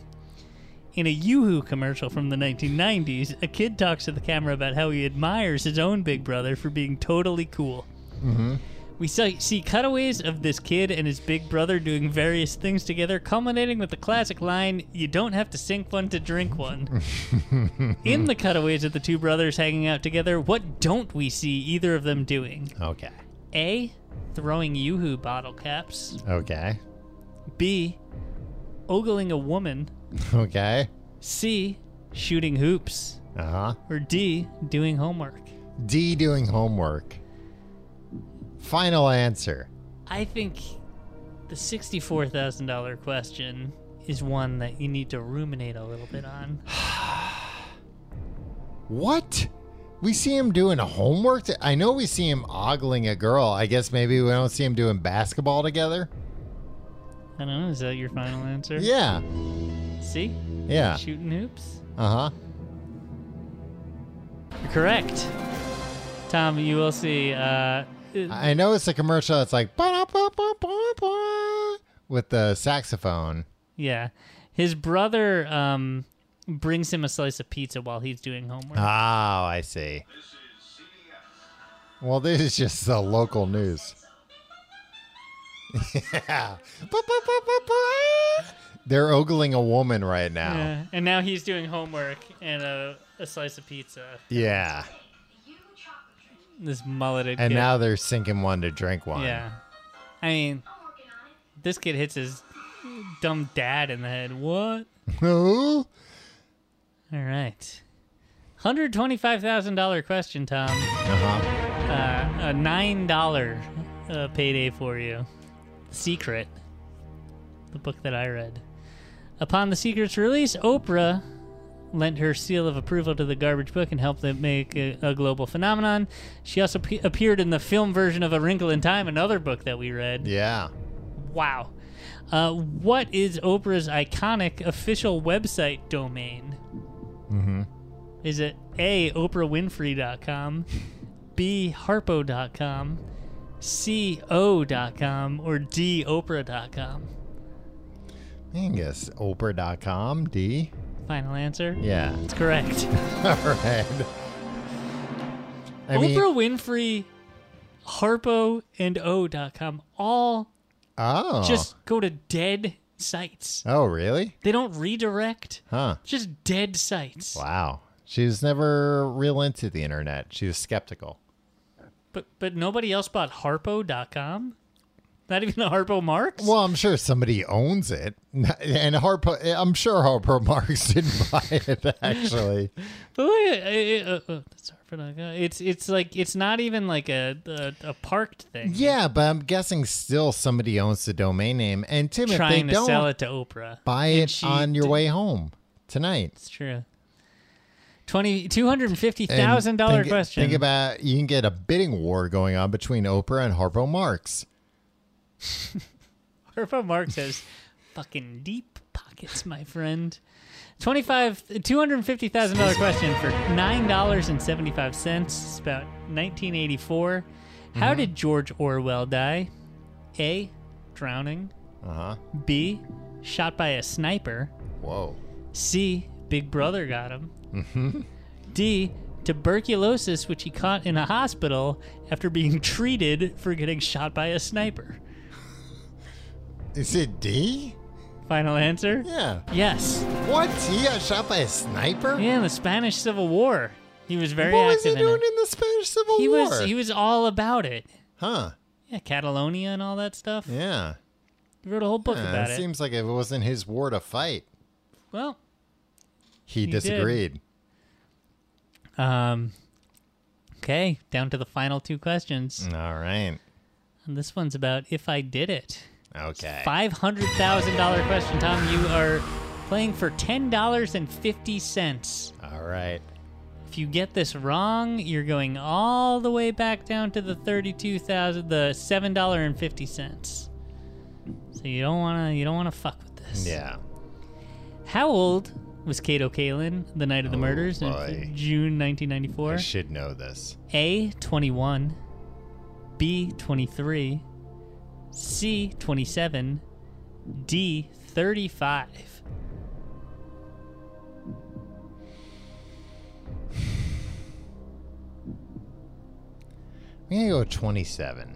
[SPEAKER 2] In a Yoo-Hoo commercial from the 1990s, a kid talks to the camera about how he admires his own Big Brother for being totally cool. We see, see cutaways of this kid and his big brother doing various things together, culminating with the classic line, You don't have to sink one to drink one. In the cutaways of the two brothers hanging out together, what don't we see either of them doing?
[SPEAKER 1] Okay.
[SPEAKER 2] A. Throwing Yoo-Hoo bottle caps.
[SPEAKER 1] Okay.
[SPEAKER 2] B. Ogling a woman.
[SPEAKER 1] Okay.
[SPEAKER 2] C. Shooting hoops.
[SPEAKER 1] Uh huh.
[SPEAKER 2] Or D. Doing homework.
[SPEAKER 1] D doing homework. Final answer.
[SPEAKER 2] I think the $64,000 question is one that you need to ruminate a little bit on.
[SPEAKER 1] What? We see him doing homework. to- I know we see him ogling a girl. I guess maybe we don't see him doing basketball together.
[SPEAKER 2] I don't know, is that your final answer?
[SPEAKER 1] Yeah.
[SPEAKER 2] C.
[SPEAKER 1] Yeah.
[SPEAKER 2] Shooting hoops?
[SPEAKER 1] Uh huh.
[SPEAKER 2] You're correct. Tom, you will see. Uh,
[SPEAKER 1] I know it's a commercial that's like "Ba-da-ba-ba-ba-ba," with the saxophone.
[SPEAKER 2] yeah. His brother um, brings him a slice of pizza while he's doing homework.
[SPEAKER 1] Oh, I see. Well, this is just the local news. Yeah. Ba-ba-ba-ba-ba. They're ogling a woman right now.
[SPEAKER 2] Yeah, and now he's doing homework and a, a slice of pizza.
[SPEAKER 1] Yeah.
[SPEAKER 2] This mulleted
[SPEAKER 1] And
[SPEAKER 2] kid.
[SPEAKER 1] now they're sinking one to drink one.
[SPEAKER 2] yeah. I mean, this kid hits his dumb dad in the head. What?
[SPEAKER 1] Who?
[SPEAKER 2] All right. $125,000 question, Tom.
[SPEAKER 1] Uh-huh.
[SPEAKER 2] Uh, a $9 uh, payday for you. Secret, the book that I read. Upon the Secret's release, Oprah lent her seal of approval to the garbage book and helped it make a, a global phenomenon. She also pe- appeared in the film version of A Wrinkle in Time, another book that we read.
[SPEAKER 1] Yeah.
[SPEAKER 2] Wow. Uh, what is Oprah's iconic official website domain?
[SPEAKER 1] Mm-hmm.
[SPEAKER 2] Is it A, OprahWinfrey.com, B, Harpo.com, C, O.com, or D, Oprah.com?
[SPEAKER 1] Angus. Oprah.com. D.
[SPEAKER 2] Final answer?
[SPEAKER 1] Yeah.
[SPEAKER 2] It's correct.
[SPEAKER 1] All right. I mean,
[SPEAKER 2] Oprah Winfrey, Harpo, and O.com all
[SPEAKER 1] oh.
[SPEAKER 2] just go to dead sites.
[SPEAKER 1] Oh, really?
[SPEAKER 2] They don't redirect,
[SPEAKER 1] Huh.
[SPEAKER 2] just dead sites.
[SPEAKER 1] Wow. She was never real into the internet. She was skeptical.
[SPEAKER 2] But but nobody else bought Harpo.com? Not even the Harpo Marx?
[SPEAKER 1] Well, I'm sure somebody owns it. And Harpo, I'm sure Harpo Marx didn't buy it, actually.
[SPEAKER 2] But look at- it- it- uh, uh, that's Harpo.com. It's it's like it's not even like a a, a parked thing.
[SPEAKER 1] yeah, but I'm guessing still somebody owns the domain name. And Tim, if they
[SPEAKER 2] Trying to
[SPEAKER 1] don't,
[SPEAKER 2] sell it to Oprah.
[SPEAKER 1] buy
[SPEAKER 2] And
[SPEAKER 1] it
[SPEAKER 2] she
[SPEAKER 1] on your
[SPEAKER 2] did-
[SPEAKER 1] way home tonight.
[SPEAKER 2] It's true. Twenty two hundred and fifty
[SPEAKER 1] And
[SPEAKER 2] thousand dollar
[SPEAKER 1] think-
[SPEAKER 2] question.
[SPEAKER 1] Think about you can get a bidding war going on between Oprah and Harpo Marx.
[SPEAKER 2] Harpo Marx has fucking deep pockets, my friend. Twenty five two hundred and fifty thousand dollar question for nine dollars and seventy five cents. It's about nineteen eighty four. How did George Orwell die? A drowning.
[SPEAKER 1] Uh huh.
[SPEAKER 2] B shot by a sniper.
[SPEAKER 1] Whoa.
[SPEAKER 2] C. Big Brother got him. D. Tuberculosis, which he caught in a hospital after being treated for getting shot by a sniper.
[SPEAKER 1] Is it D?
[SPEAKER 2] Final answer?
[SPEAKER 1] Yeah.
[SPEAKER 2] Yes.
[SPEAKER 1] What? He got shot by a sniper?
[SPEAKER 2] Yeah, in the Spanish Civil War, he was very
[SPEAKER 1] what was
[SPEAKER 2] active
[SPEAKER 1] he doing
[SPEAKER 2] in it.
[SPEAKER 1] in the Spanish Civil
[SPEAKER 2] he
[SPEAKER 1] War?
[SPEAKER 2] was he was all about it.
[SPEAKER 1] huh?
[SPEAKER 2] Yeah, Catalonia and all that stuff.
[SPEAKER 1] Yeah.
[SPEAKER 2] He wrote a whole book
[SPEAKER 1] Yeah,
[SPEAKER 2] about
[SPEAKER 1] it
[SPEAKER 2] it.
[SPEAKER 1] seems like if it wasn't his war to fight,
[SPEAKER 2] Well,
[SPEAKER 1] he,
[SPEAKER 2] did.
[SPEAKER 1] disagreed.
[SPEAKER 2] um, okay, down to the final two questions.
[SPEAKER 1] All right.
[SPEAKER 2] And this one's about if I did it.
[SPEAKER 1] Okay.
[SPEAKER 2] Five hundred thousand dollar question, Tom. You are playing for ten dollars and fifty cents.
[SPEAKER 1] All right.
[SPEAKER 2] If you get this wrong, you're going all the way back down to the thirty-two thousand, the seven dollar and fifty cents. So you don't wanna, you don't wanna fuck with this.
[SPEAKER 1] Yeah.
[SPEAKER 2] How old was Cato Kalin the night of the
[SPEAKER 1] Oh,
[SPEAKER 2] murders
[SPEAKER 1] boy.
[SPEAKER 2] in June nineteen ninety-four?
[SPEAKER 1] I should know this.
[SPEAKER 2] A twenty-one, B 23, C 27, D 35.
[SPEAKER 1] I'm gonna go with 27.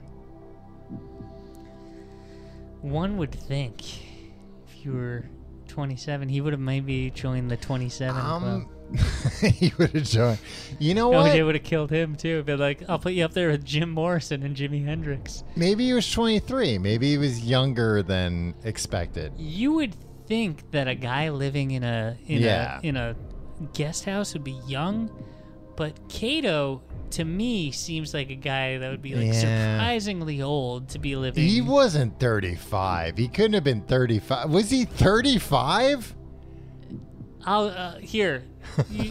[SPEAKER 2] One would think if you were 27, he would have maybe joined the 27 club.
[SPEAKER 1] Um, you would have joined. You know
[SPEAKER 2] Oh,
[SPEAKER 1] what?
[SPEAKER 2] they would have killed him too. Be like, I'll put you up there with Jim Morrison and Jimi Hendrix.
[SPEAKER 1] Maybe he was 23. Maybe he was younger than expected.
[SPEAKER 2] You would think that a guy living in a in
[SPEAKER 1] Yeah.
[SPEAKER 2] a in a guest house would be young, but Cato to me seems like a guy that would be like
[SPEAKER 1] Yeah.
[SPEAKER 2] surprisingly old to be living.
[SPEAKER 1] He wasn't 35. He couldn't have been 35. Was he 35?
[SPEAKER 2] I'll uh, here. You-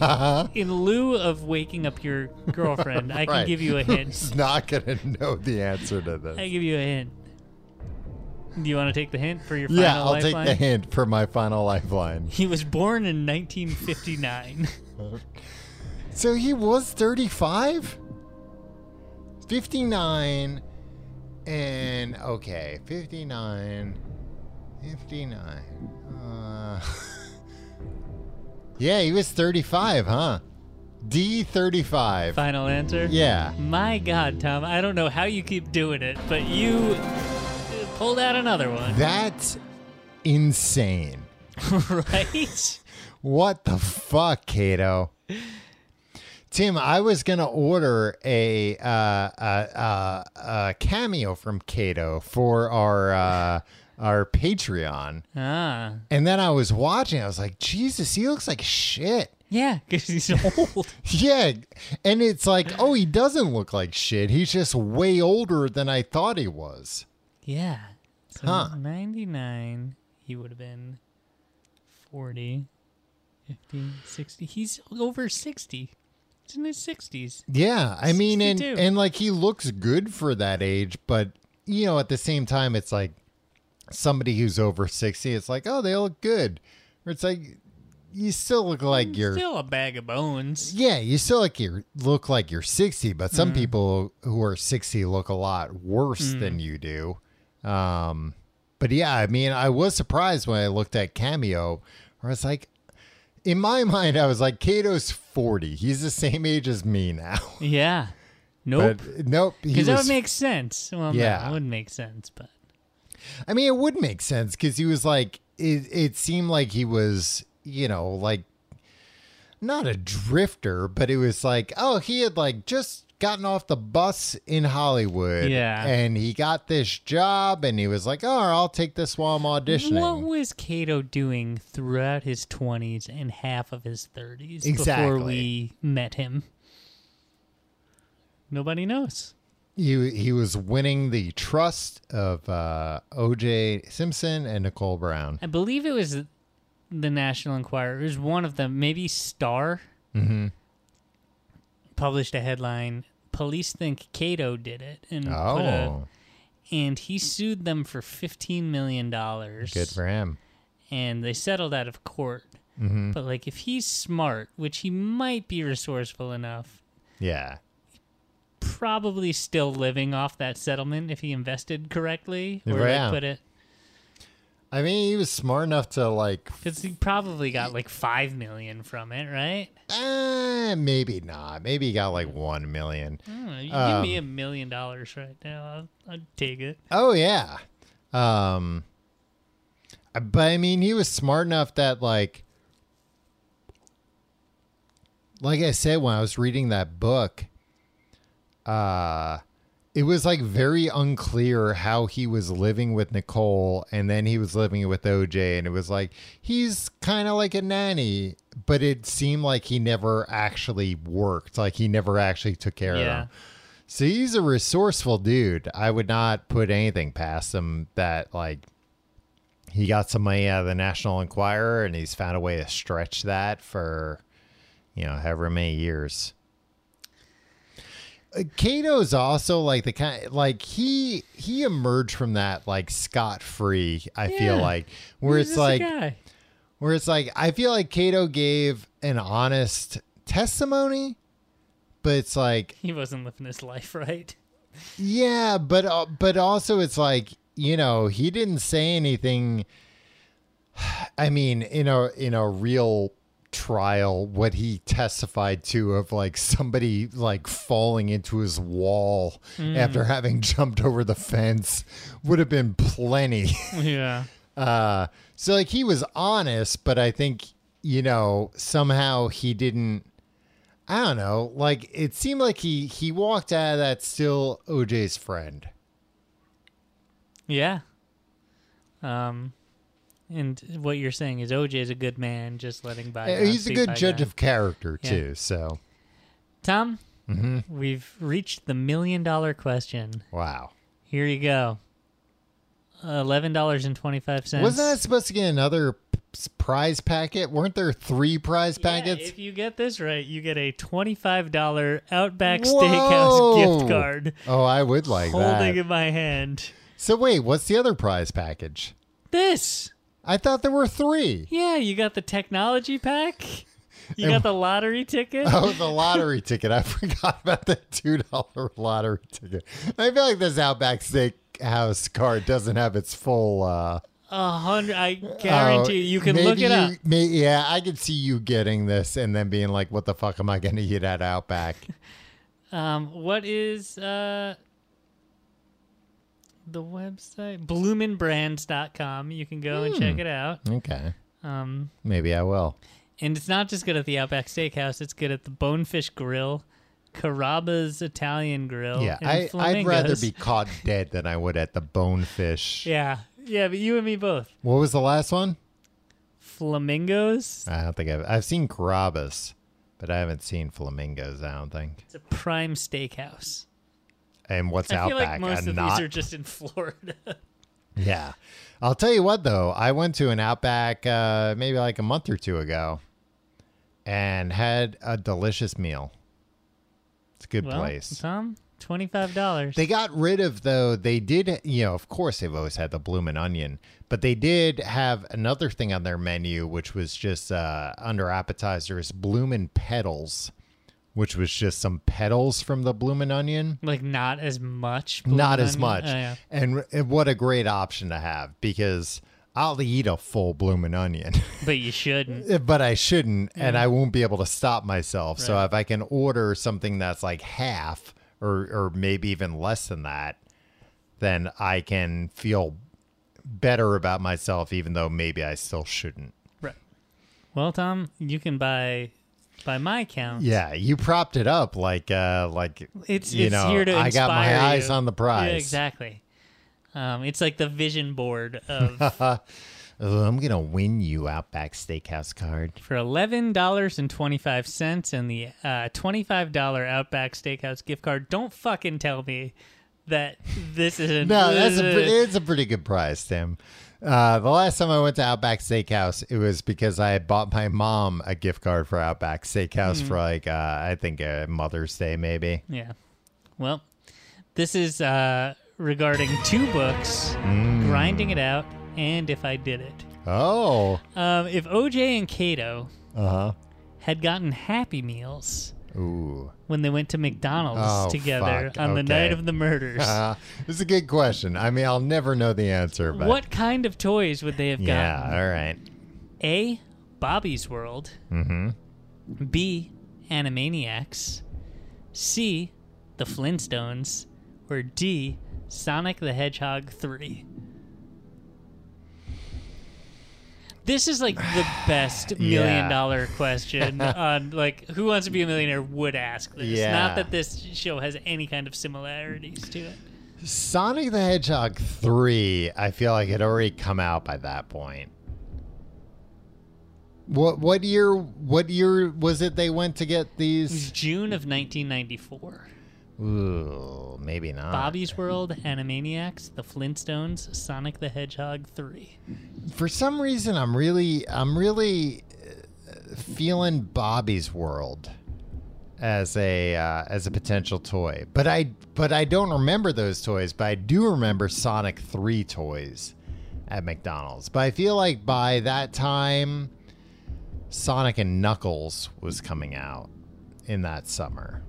[SPEAKER 2] in lieu of waking up your girlfriend, I can
[SPEAKER 1] Right.
[SPEAKER 2] give you a hint.
[SPEAKER 1] He's not gonna know the answer to this.
[SPEAKER 2] I give you a hint. Do you want to take the hint for your final
[SPEAKER 1] yeah, I'll
[SPEAKER 2] lifeline?
[SPEAKER 1] take the hint for my final lifeline.
[SPEAKER 2] He was born in 1959.
[SPEAKER 1] So he was 35? 59 and okay, 59 59. Uh, yeah, he was 35, huh? D35.
[SPEAKER 2] Final answer?
[SPEAKER 1] Yeah.
[SPEAKER 2] My God, Tom, I don't know how you keep doing it, but you uh, pulled out another one,
[SPEAKER 1] That's insane.
[SPEAKER 2] right?
[SPEAKER 1] What the fuck, Kato? Tim, I was gonna order a uh, a, a, a cameo from Kato for our uh, our Patreon,
[SPEAKER 2] ah,
[SPEAKER 1] and then I was watching. I was like, Jesus, he looks like shit.
[SPEAKER 2] yeah, because he's old.
[SPEAKER 1] Yeah, and it's like, oh, he doesn't look like shit. He's just way older than I thought he was.
[SPEAKER 2] yeah. So
[SPEAKER 1] Huh.
[SPEAKER 2] 99, he would have been 40, 50, 60. He's over 60. He's in his 60s.
[SPEAKER 1] Yeah, I mean, and
[SPEAKER 2] 62.
[SPEAKER 1] and like he looks good for that age, but you know, at the same time, it's like somebody who's over sixty. It's like, oh, they look good, or it's like you still look like you're.
[SPEAKER 2] Still a bag of bones.
[SPEAKER 1] yeah, you still like you look like you're sixty, but some people who are sixty look a lot worse than you do. Um, but yeah, I mean, I was surprised when I looked at Cameo, where it's like, in my mind, I was like, Kato's forty; he's the same age as me now.
[SPEAKER 2] Yeah. Nope.
[SPEAKER 1] But nope, he
[SPEAKER 2] Because that
[SPEAKER 1] was.
[SPEAKER 2] would make sense. Well, yeah,
[SPEAKER 1] Yeah.
[SPEAKER 2] no, it wouldn't make sense, but
[SPEAKER 1] I mean, it would make sense because he was like, it, it seemed like he was, you know, like not a drifter, but it was like, oh, he had like just gotten off the bus in Hollywood,
[SPEAKER 2] Yeah.
[SPEAKER 1] and he got this job, and he was like, oh, I'll take this while I'm auditioning.
[SPEAKER 2] what was Cato doing throughout his twenties and half of his thirties before
[SPEAKER 1] Exactly.
[SPEAKER 2] we met him? Nobody knows.
[SPEAKER 1] he he was winning the trust of uh, O.J. Simpson and Nicole Brown.
[SPEAKER 2] I believe it was the National Enquirer. It was one of them, maybe Star,
[SPEAKER 1] Mm-hmm.
[SPEAKER 2] published a headline. Police think Cato did it, and put a-
[SPEAKER 1] Oh,
[SPEAKER 2] and he sued them for fifteen million dollars.
[SPEAKER 1] good for him.
[SPEAKER 2] and they settled out of court.
[SPEAKER 1] Mm-hmm.
[SPEAKER 2] But like, if he's smart, which he might be resourceful enough,
[SPEAKER 1] Yeah.
[SPEAKER 2] probably still living off that settlement if he invested correctly, or
[SPEAKER 1] Yeah.
[SPEAKER 2] they put it
[SPEAKER 1] I mean, he was smart enough to like
[SPEAKER 2] because he probably got like five million from it, right?
[SPEAKER 1] Uh, maybe not. Maybe he got like one million.
[SPEAKER 2] I don't know. You give
[SPEAKER 1] Uh.
[SPEAKER 2] me a million dollars right now, I'll, I'll take it.
[SPEAKER 1] Oh yeah. Um, uh, but I mean, he was smart enough that like, like I said when I was reading that book, uh, it was like very unclear how he was living with Nicole, and then he was living with OJ, and it was like he's kind of like a nanny, but it seemed like he never actually worked, like he never actually took care of
[SPEAKER 2] Yeah.
[SPEAKER 1] him. So he's a resourceful dude. I would not put anything past him that like he got some money out of the National Enquirer and he's found a way to stretch that for you know however many years. Uh, Kato's also like the kind like he he emerged from that like scot free. I feel
[SPEAKER 2] Yeah.
[SPEAKER 1] like where
[SPEAKER 2] Who's
[SPEAKER 1] it's
[SPEAKER 2] this
[SPEAKER 1] like
[SPEAKER 2] guy?
[SPEAKER 1] where it's like I feel like Cato gave an honest testimony, but it's like
[SPEAKER 2] he wasn't living his life right.
[SPEAKER 1] Yeah, but uh, but also it's like you know he didn't say anything. I mean, in a in a real trial, what he testified to of like somebody like falling into his wall after having jumped over the fence would have been plenty.
[SPEAKER 2] yeah.
[SPEAKER 1] Uh, so like he was honest, but I think you know somehow he didn't. I don't know. Like it seemed like he he walked out of that still OJ's friend.
[SPEAKER 2] Yeah. Um, and what you're saying is OJ is a good man, just letting by.
[SPEAKER 1] Uh, He's a good judge of character
[SPEAKER 2] Yeah.
[SPEAKER 1] too. So
[SPEAKER 2] Tom.
[SPEAKER 1] Mm-hmm.
[SPEAKER 2] We've reached the million dollar question.
[SPEAKER 1] wow.
[SPEAKER 2] Here you go. Eleven dollars and twenty five cents.
[SPEAKER 1] Wasn't I supposed to get another p- prize packet? Weren't there three prize packets?
[SPEAKER 2] if you get this right, you get a twenty-five dollar Outback Steakhouse
[SPEAKER 1] Whoa!
[SPEAKER 2] gift card
[SPEAKER 1] Oh, I would like that.
[SPEAKER 2] holding in my hand.
[SPEAKER 1] So wait, what's the other prize package?
[SPEAKER 2] This,
[SPEAKER 1] I thought there were three.
[SPEAKER 2] yeah, you got the technology pack. You got the lottery ticket.
[SPEAKER 1] Oh, the lottery ticket. I forgot about that two dollar lottery ticket. I feel like this Outback Steakhouse card doesn't have its full. uh
[SPEAKER 2] A hundred. I guarantee you, you can
[SPEAKER 1] maybe
[SPEAKER 2] look it
[SPEAKER 1] you-
[SPEAKER 2] up.
[SPEAKER 1] may- yeah, I could see you getting this and then being like, "What the fuck am I going to eat at Outback?"
[SPEAKER 2] Um, what is uh the website? Bloominbrands.com. You can go and
[SPEAKER 1] Hmm.
[SPEAKER 2] check it out.
[SPEAKER 1] okay,
[SPEAKER 2] Um,
[SPEAKER 1] maybe I will.
[SPEAKER 2] and it's not just good at the Outback Steakhouse. It's good at the Bonefish Grill, Carrabba's Italian Grill.
[SPEAKER 1] Yeah,
[SPEAKER 2] and
[SPEAKER 1] I, I'd rather
[SPEAKER 2] Flamingo's.
[SPEAKER 1] be caught dead than I would at the Bonefish.
[SPEAKER 2] Yeah, yeah, but you and me both.
[SPEAKER 1] What was the last one?
[SPEAKER 2] Flamingos.
[SPEAKER 1] I don't think I've I've seen Carabas, but I haven't seen flamingos. I don't think.
[SPEAKER 2] It's a prime steakhouse.
[SPEAKER 1] And what's
[SPEAKER 2] I feel
[SPEAKER 1] Outback?
[SPEAKER 2] like most
[SPEAKER 1] a
[SPEAKER 2] of
[SPEAKER 1] not
[SPEAKER 2] these are just in Florida.
[SPEAKER 1] Yeah. I'll tell you what, though, I went to an Outback uh, maybe like a month or two ago and had a delicious meal. It's a good
[SPEAKER 2] well,
[SPEAKER 1] place.
[SPEAKER 2] Tom, twenty-five dollars.
[SPEAKER 1] They got rid of, though, they did, you know, of course they've always had the bloomin' onion, but they did have another thing on their menu, which was just uh, under appetizers, bloomin' petals, which was just some petals from the bloomin' onion
[SPEAKER 2] Like not as much.
[SPEAKER 1] not
[SPEAKER 2] blue
[SPEAKER 1] as
[SPEAKER 2] onion?
[SPEAKER 1] much.
[SPEAKER 2] Oh, yeah.
[SPEAKER 1] and, and what a great option to have because I'll eat a full bloomin' onion,
[SPEAKER 2] But you shouldn't.
[SPEAKER 1] but I shouldn't, and I won't be able to stop myself. So
[SPEAKER 2] Right.
[SPEAKER 1] if I can order something that's like half or or maybe even less than that, then I can feel better about myself, even though maybe I still shouldn't.
[SPEAKER 2] Right. Well, Tom, you can buy, by my count,
[SPEAKER 1] Yeah, you propped it up like uh like
[SPEAKER 2] it's
[SPEAKER 1] you
[SPEAKER 2] it's
[SPEAKER 1] know
[SPEAKER 2] here to
[SPEAKER 1] I got my
[SPEAKER 2] inspire
[SPEAKER 1] eyes
[SPEAKER 2] you.
[SPEAKER 1] on the prize.
[SPEAKER 2] Yeah, exactly. Um, it's like the vision board of
[SPEAKER 1] Oh, I'm gonna win you Outback Steakhouse card.
[SPEAKER 2] for eleven dollars and twenty five cents and the uh, twenty five dollar Outback Steakhouse gift card. Don't fucking tell me that this isn't.
[SPEAKER 1] No, that's a,
[SPEAKER 2] uh,
[SPEAKER 1] pre- it's a pretty good price, Tim. Uh, the last time I went to Outback Steakhouse, it was because I had bought my mom a gift card for Outback Steakhouse for like uh, I think uh, Mother's Day maybe.
[SPEAKER 2] yeah. Well, this is uh, regarding two books,
[SPEAKER 1] Mm.
[SPEAKER 2] grinding it out, and if I did it.
[SPEAKER 1] Oh,
[SPEAKER 2] Um, if OJ and Kato
[SPEAKER 1] uh
[SPEAKER 2] had gotten Happy Meals
[SPEAKER 1] huh. Oow.
[SPEAKER 2] when they went to McDonald's
[SPEAKER 1] Oh,
[SPEAKER 2] together
[SPEAKER 1] fuck.
[SPEAKER 2] on the
[SPEAKER 1] Okay.
[SPEAKER 2] night of the murders,
[SPEAKER 1] Uh, this is a good question. I mean, I'll never know the answer, but
[SPEAKER 2] what kind of toys would they have
[SPEAKER 1] Yeah,
[SPEAKER 2] gotten?
[SPEAKER 1] all right.
[SPEAKER 2] A. Bobby's World. Mm-hmm. B. Animaniacs. C. The Flintstones. Or D. Sonic the Hedgehog 3. This is like the best million
[SPEAKER 1] Yeah.
[SPEAKER 2] dollar question on like who wants to be a millionaire would ask this.
[SPEAKER 1] Yeah.
[SPEAKER 2] Not that this show has any kind of similarities to it.
[SPEAKER 1] Sonic the Hedgehog 3, I feel like had already come out by that point. What what year what year was it they went to get
[SPEAKER 2] It was
[SPEAKER 1] these?
[SPEAKER 2] June of 1994.
[SPEAKER 1] Ooh, maybe not.
[SPEAKER 2] Bobby's World, Animaniacs, The Flintstones, Sonic the Hedgehog 3.
[SPEAKER 1] For some reason I'm really I'm really uh, feeling Bobby's World as a uh, as a potential toy. But I but I don't remember those toys, but I do remember Sonic 3 toys at McDonald's. But I feel like by that time Sonic and Knuckles was coming out in that summer.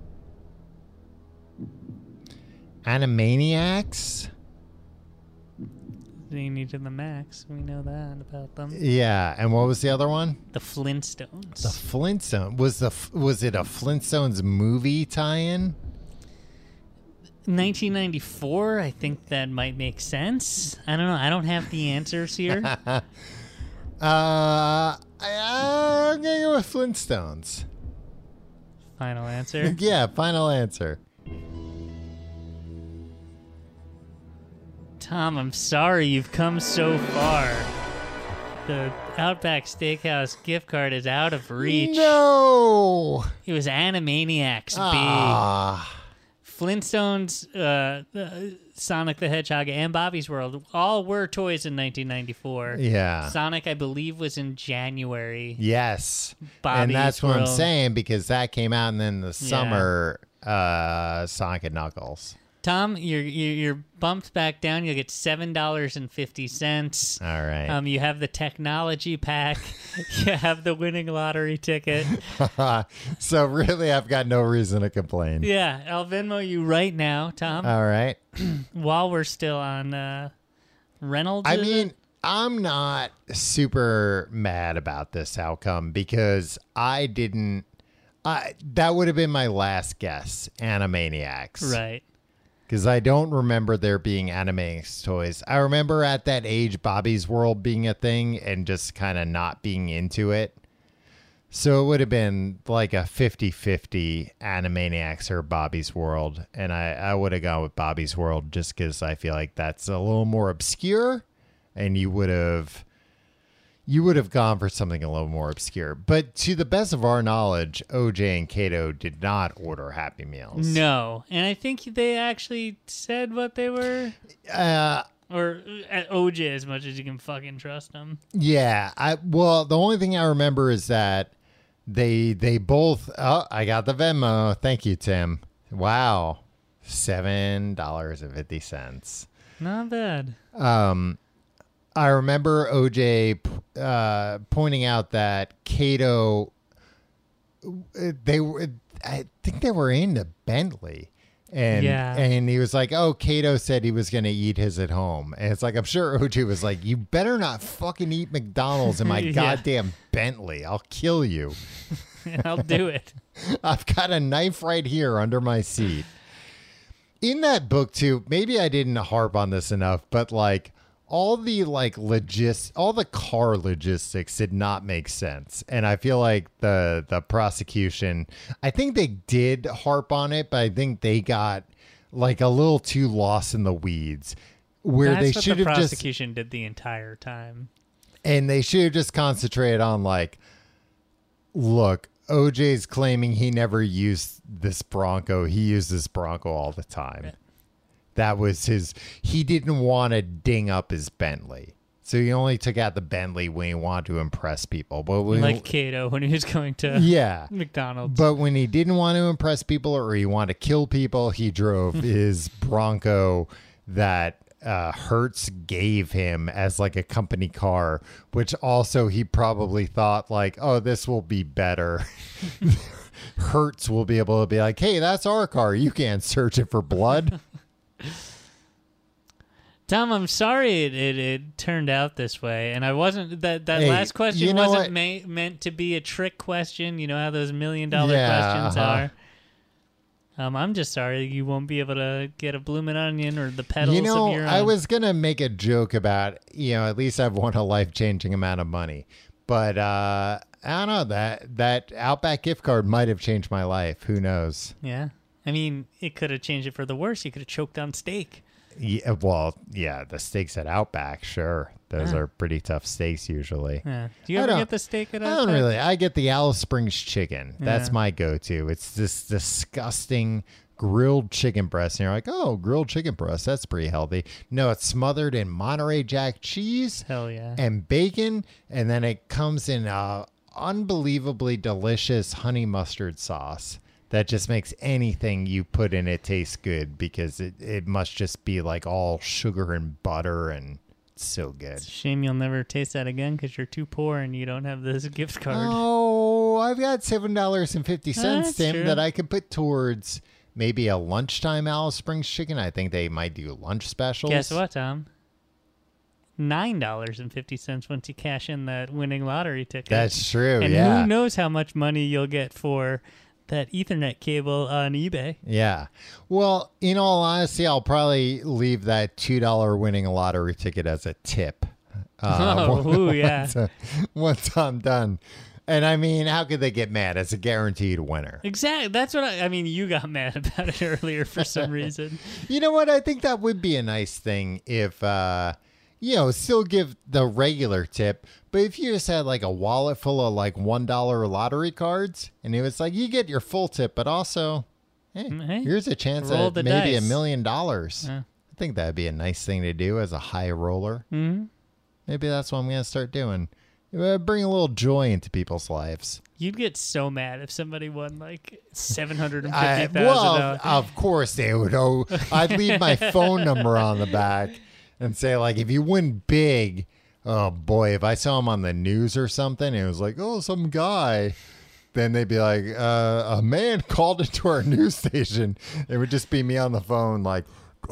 [SPEAKER 1] Animaniacs.
[SPEAKER 2] They needed the max. We know that about them.
[SPEAKER 1] Yeah, and what was the other one?
[SPEAKER 2] The Flintstones.
[SPEAKER 1] The Flintstone was the f- was it a Flintstones movie tie-in?
[SPEAKER 2] 1994. I think that might make sense. I don't know. I don't have the answers here.
[SPEAKER 1] Uh, I, I'm gonna go with Flintstones.
[SPEAKER 2] Final answer.
[SPEAKER 1] Yeah, final answer.
[SPEAKER 2] Tom, I'm sorry you've come so far. The Outback Steakhouse gift card is out of reach.
[SPEAKER 1] No.
[SPEAKER 2] It was Animaniacs B.
[SPEAKER 1] Ah,
[SPEAKER 2] Flintstones, uh, uh, Sonic the Hedgehog, and Bobby's World all were toys in 1994.
[SPEAKER 1] yeah.
[SPEAKER 2] Sonic, I believe, was in January.
[SPEAKER 1] Yes.
[SPEAKER 2] Bobby's
[SPEAKER 1] and that's what I'm
[SPEAKER 2] World.
[SPEAKER 1] saying because that came out and then the summer uh Sonic and Knuckles.
[SPEAKER 2] Tom, you're you're you're bumped back down. You'll get seven dollars and fifty cents.
[SPEAKER 1] All right.
[SPEAKER 2] Um, you have the technology pack. you have the winning lottery ticket.
[SPEAKER 1] so really I've got no reason to complain.
[SPEAKER 2] Yeah, I'll Venmo you right now, Tom.
[SPEAKER 1] All right.
[SPEAKER 2] while we're still on uh, Reynolds.
[SPEAKER 1] I
[SPEAKER 2] is it?
[SPEAKER 1] mean, I'm not super mad about this outcome because I didn't I that would have been my last guess, Animaniacs.
[SPEAKER 2] right?
[SPEAKER 1] Because I don't remember there being Animaniacs toys. I remember at that age Bobby's World being a thing and just kind of not being into it. So it would have been like a 50 50 Animaniacs or Bobby's World. And I, I would have gone with Bobby's World just because I feel like that's a little more obscure. And you would have. You would have gone for something a little more obscure. But to the best of our knowledge, OJ and Kato did not order Happy Meals.
[SPEAKER 2] No, and I think they actually said what they were,
[SPEAKER 1] Uh,
[SPEAKER 2] or uh, OJ as much as you can fucking trust them.
[SPEAKER 1] Yeah, I well, the only thing I remember is that they they both. Oh, I got the Venmo. Thank you, Tim. Wow, seven dollars and fifty cents.
[SPEAKER 2] Not bad.
[SPEAKER 1] I remember OJ p- uh, pointing out that Cato. uh, They were, I think they were into Bentley, and
[SPEAKER 2] Yeah.
[SPEAKER 1] and he was like, "Oh, Cato said he was going to eat his at home," and it's like I'm sure OJ was like, "You better not fucking eat McDonald's in my
[SPEAKER 2] Yeah.
[SPEAKER 1] goddamn Bentley. I'll kill you.
[SPEAKER 2] I'll do it.
[SPEAKER 1] I've got a knife right here under my seat." in that book too maybe i didn't harp on this enough but like all the like logis all the car logistics did not make sense and i feel like the the prosecution i think they did harp on it but i think they got like a little too lost in the weeds where
[SPEAKER 2] That's
[SPEAKER 1] they
[SPEAKER 2] what
[SPEAKER 1] should
[SPEAKER 2] the
[SPEAKER 1] have just
[SPEAKER 2] prosecution did the entire time.
[SPEAKER 1] and they should have just concentrated on like, look, OJ's claiming he never used this Bronco. He used this Bronco all the time. That was his. He didn't want to ding up his Bentley, so he only took out the Bentley when he wanted to impress people. But when,
[SPEAKER 2] Like Cato when he was going to
[SPEAKER 1] yeah,
[SPEAKER 2] McDonald's.
[SPEAKER 1] but when he didn't want to impress people or he wanted to kill people, he drove his Bronco that uh, Hertz gave him as like a company car, which also he probably thought like, oh, this will be better. Hertz will be able to be like, hey, that's our car. You can't search it for blood.
[SPEAKER 2] Tom, I'm sorry it, it, it turned out this way, and I wasn't that that
[SPEAKER 1] Hey,
[SPEAKER 2] last question
[SPEAKER 1] you know
[SPEAKER 2] wasn't ma- meant to be a trick question. You know how those million dollar
[SPEAKER 1] Yeah,
[SPEAKER 2] questions
[SPEAKER 1] uh-huh.
[SPEAKER 2] are. Um, I'm just sorry you won't be able to get a bloomin' onion or the petals
[SPEAKER 1] you know,
[SPEAKER 2] of your.
[SPEAKER 1] I
[SPEAKER 2] own.
[SPEAKER 1] was gonna make a joke about you know at least I've won a life changing amount of money, but uh, I don't know that that Outback gift card might have changed my life. Who knows?
[SPEAKER 2] Yeah, I mean, it could have changed it for the worse. You could have choked on steak.
[SPEAKER 1] Yeah, uh, well, yeah, the steaks at Outback, sure, those are pretty tough steaks usually.
[SPEAKER 2] Yeah. Do you
[SPEAKER 1] I
[SPEAKER 2] ever
[SPEAKER 1] don't-
[SPEAKER 2] get the steak at
[SPEAKER 1] I don't
[SPEAKER 2] Outback?
[SPEAKER 1] really. I get the Alice Springs chicken. That's
[SPEAKER 2] Yeah.
[SPEAKER 1] my go-to. It's this disgusting grilled chicken breast, and you're like, "Oh, grilled chicken breast. That's pretty healthy." No, it's smothered in Monterey Jack cheese.
[SPEAKER 2] Hell yeah.
[SPEAKER 1] and bacon, and then it comes in a unbelievably delicious honey mustard sauce that just makes anything you put in it taste good because it, it must just be like all sugar and butter and it's so good.
[SPEAKER 2] Shame you'll never taste that again because you're too poor and you don't have this gift card.
[SPEAKER 1] Oh, I've got Oh, seven dollars and fifty cents,
[SPEAKER 2] That's
[SPEAKER 1] Tim,
[SPEAKER 2] true.
[SPEAKER 1] that I could put towards maybe a lunchtime Alice Springs chicken. I think they might do lunch specials.
[SPEAKER 2] Guess what, Tom? Nine dollars and fifty cents once you cash in that winning lottery ticket.
[SPEAKER 1] That's true.
[SPEAKER 2] and
[SPEAKER 1] yeah.
[SPEAKER 2] who knows how much money you'll get for that Ethernet cable on eBay?
[SPEAKER 1] Yeah. Well, in all honesty, I'll probably leave that two dollar winning lottery ticket as a tip.
[SPEAKER 2] Oh,
[SPEAKER 1] when-
[SPEAKER 2] ooh, yeah.
[SPEAKER 1] Once, uh, once I'm done, and I mean, how could they get mad? It's a guaranteed winner.
[SPEAKER 2] Exactly. That's what I, I mean. You got mad about it earlier for some reason.
[SPEAKER 1] You know what? I think that would be a nice thing if, uh, you know, still give the regular tip, but if you just had like a wallet full of like one dollar lottery cards, and it was like you get your full tip, but also, hey,
[SPEAKER 2] Hey,
[SPEAKER 1] here's a chance
[SPEAKER 2] roll
[SPEAKER 1] at
[SPEAKER 2] the
[SPEAKER 1] maybe a
[SPEAKER 2] dice.
[SPEAKER 1] million dollars.
[SPEAKER 2] Yeah.
[SPEAKER 1] I think that'd be a nice thing to do as a high roller. Mm-hmm. Maybe that's what I'm gonna start doing. Uh, Bring a little joy into people's lives.
[SPEAKER 2] You'd get so mad if somebody won like seven hundred and
[SPEAKER 1] I-
[SPEAKER 2] fifty thousand
[SPEAKER 1] well, uh,
[SPEAKER 2] dollars.
[SPEAKER 1] of course they would. Oh, I'd leave my phone number on the back and say like, if you win big, oh boy, if I saw him on the news or something, it was like, oh, some guy. Then they'd be like, uh, a man called into our news station. It would just be me on the phone, like,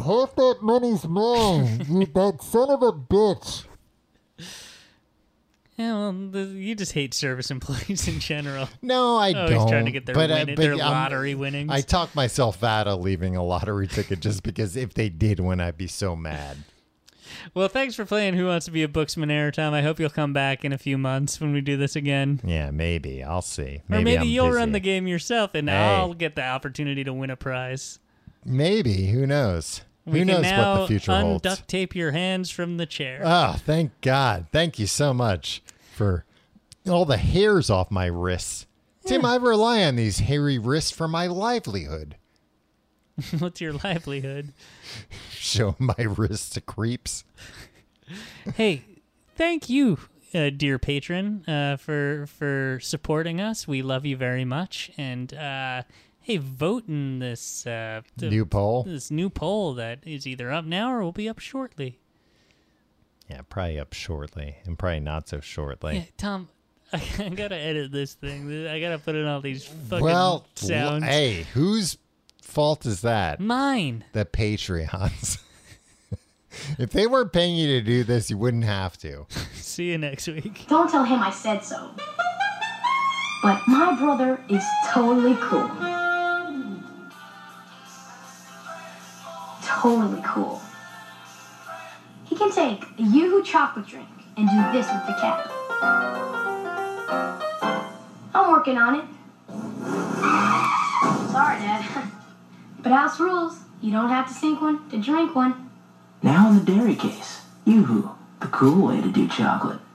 [SPEAKER 1] half that money's mine, you that son of a bitch.
[SPEAKER 2] Yeah, well, th- you just hate service employees in general.
[SPEAKER 1] No, I
[SPEAKER 2] Always
[SPEAKER 1] don't.
[SPEAKER 2] Oh, trying to get their,
[SPEAKER 1] but,
[SPEAKER 2] win-
[SPEAKER 1] I, but um,
[SPEAKER 2] their
[SPEAKER 1] I'm-
[SPEAKER 2] lottery winnings.
[SPEAKER 1] I talked myself out of leaving a lottery ticket just because if they did win, I'd be so mad.
[SPEAKER 2] well, thanks for playing Who Wants to Be a Booksman, Air Tom. I hope you'll come back in a few months when we do this again.
[SPEAKER 1] Yeah, maybe. I'll see.
[SPEAKER 2] or maybe
[SPEAKER 1] I'm
[SPEAKER 2] you'll run the
[SPEAKER 1] busy.
[SPEAKER 2] game yourself and
[SPEAKER 1] Hey.
[SPEAKER 2] I'll get the opportunity to win a prize.
[SPEAKER 1] Maybe. Who knows?
[SPEAKER 2] We
[SPEAKER 1] Who
[SPEAKER 2] can
[SPEAKER 1] knows
[SPEAKER 2] now
[SPEAKER 1] what the future
[SPEAKER 2] unduct
[SPEAKER 1] holds?
[SPEAKER 2] tape your hands from the chair.
[SPEAKER 1] Oh, thank God. Thank you so much for all the hairs off my wrists. Tim, I rely on these hairy wrists for my livelihood.
[SPEAKER 2] What's your livelihood?
[SPEAKER 1] Show my wrists to creeps.
[SPEAKER 2] hey, thank you, uh, dear patron, uh, for for supporting us. We love you very much. And uh, hey, vote in this uh, th-
[SPEAKER 1] New poll.
[SPEAKER 2] this new poll that is either up now or will be up shortly.
[SPEAKER 1] Yeah, probably up shortly and probably not so shortly.
[SPEAKER 2] Yeah, Tom. I gotta edit this thing. I gotta put in all these fucking
[SPEAKER 1] well, l-
[SPEAKER 2] sounds.
[SPEAKER 1] hey, whose fault is that?
[SPEAKER 2] Mine.
[SPEAKER 1] The Patreons. if they weren't paying you to do this, you wouldn't have to.
[SPEAKER 2] See you next week.
[SPEAKER 3] Don't tell him I said so. But my brother is totally cool. Totally cool. He can take a Yoo-Hoo chocolate drink and do this with the cat. I'm working on it. Sorry, Dad. But house rules. You don't have to sink one to drink one.
[SPEAKER 4] Now in the dairy case. Yoo-hoo, the cool way to do chocolate.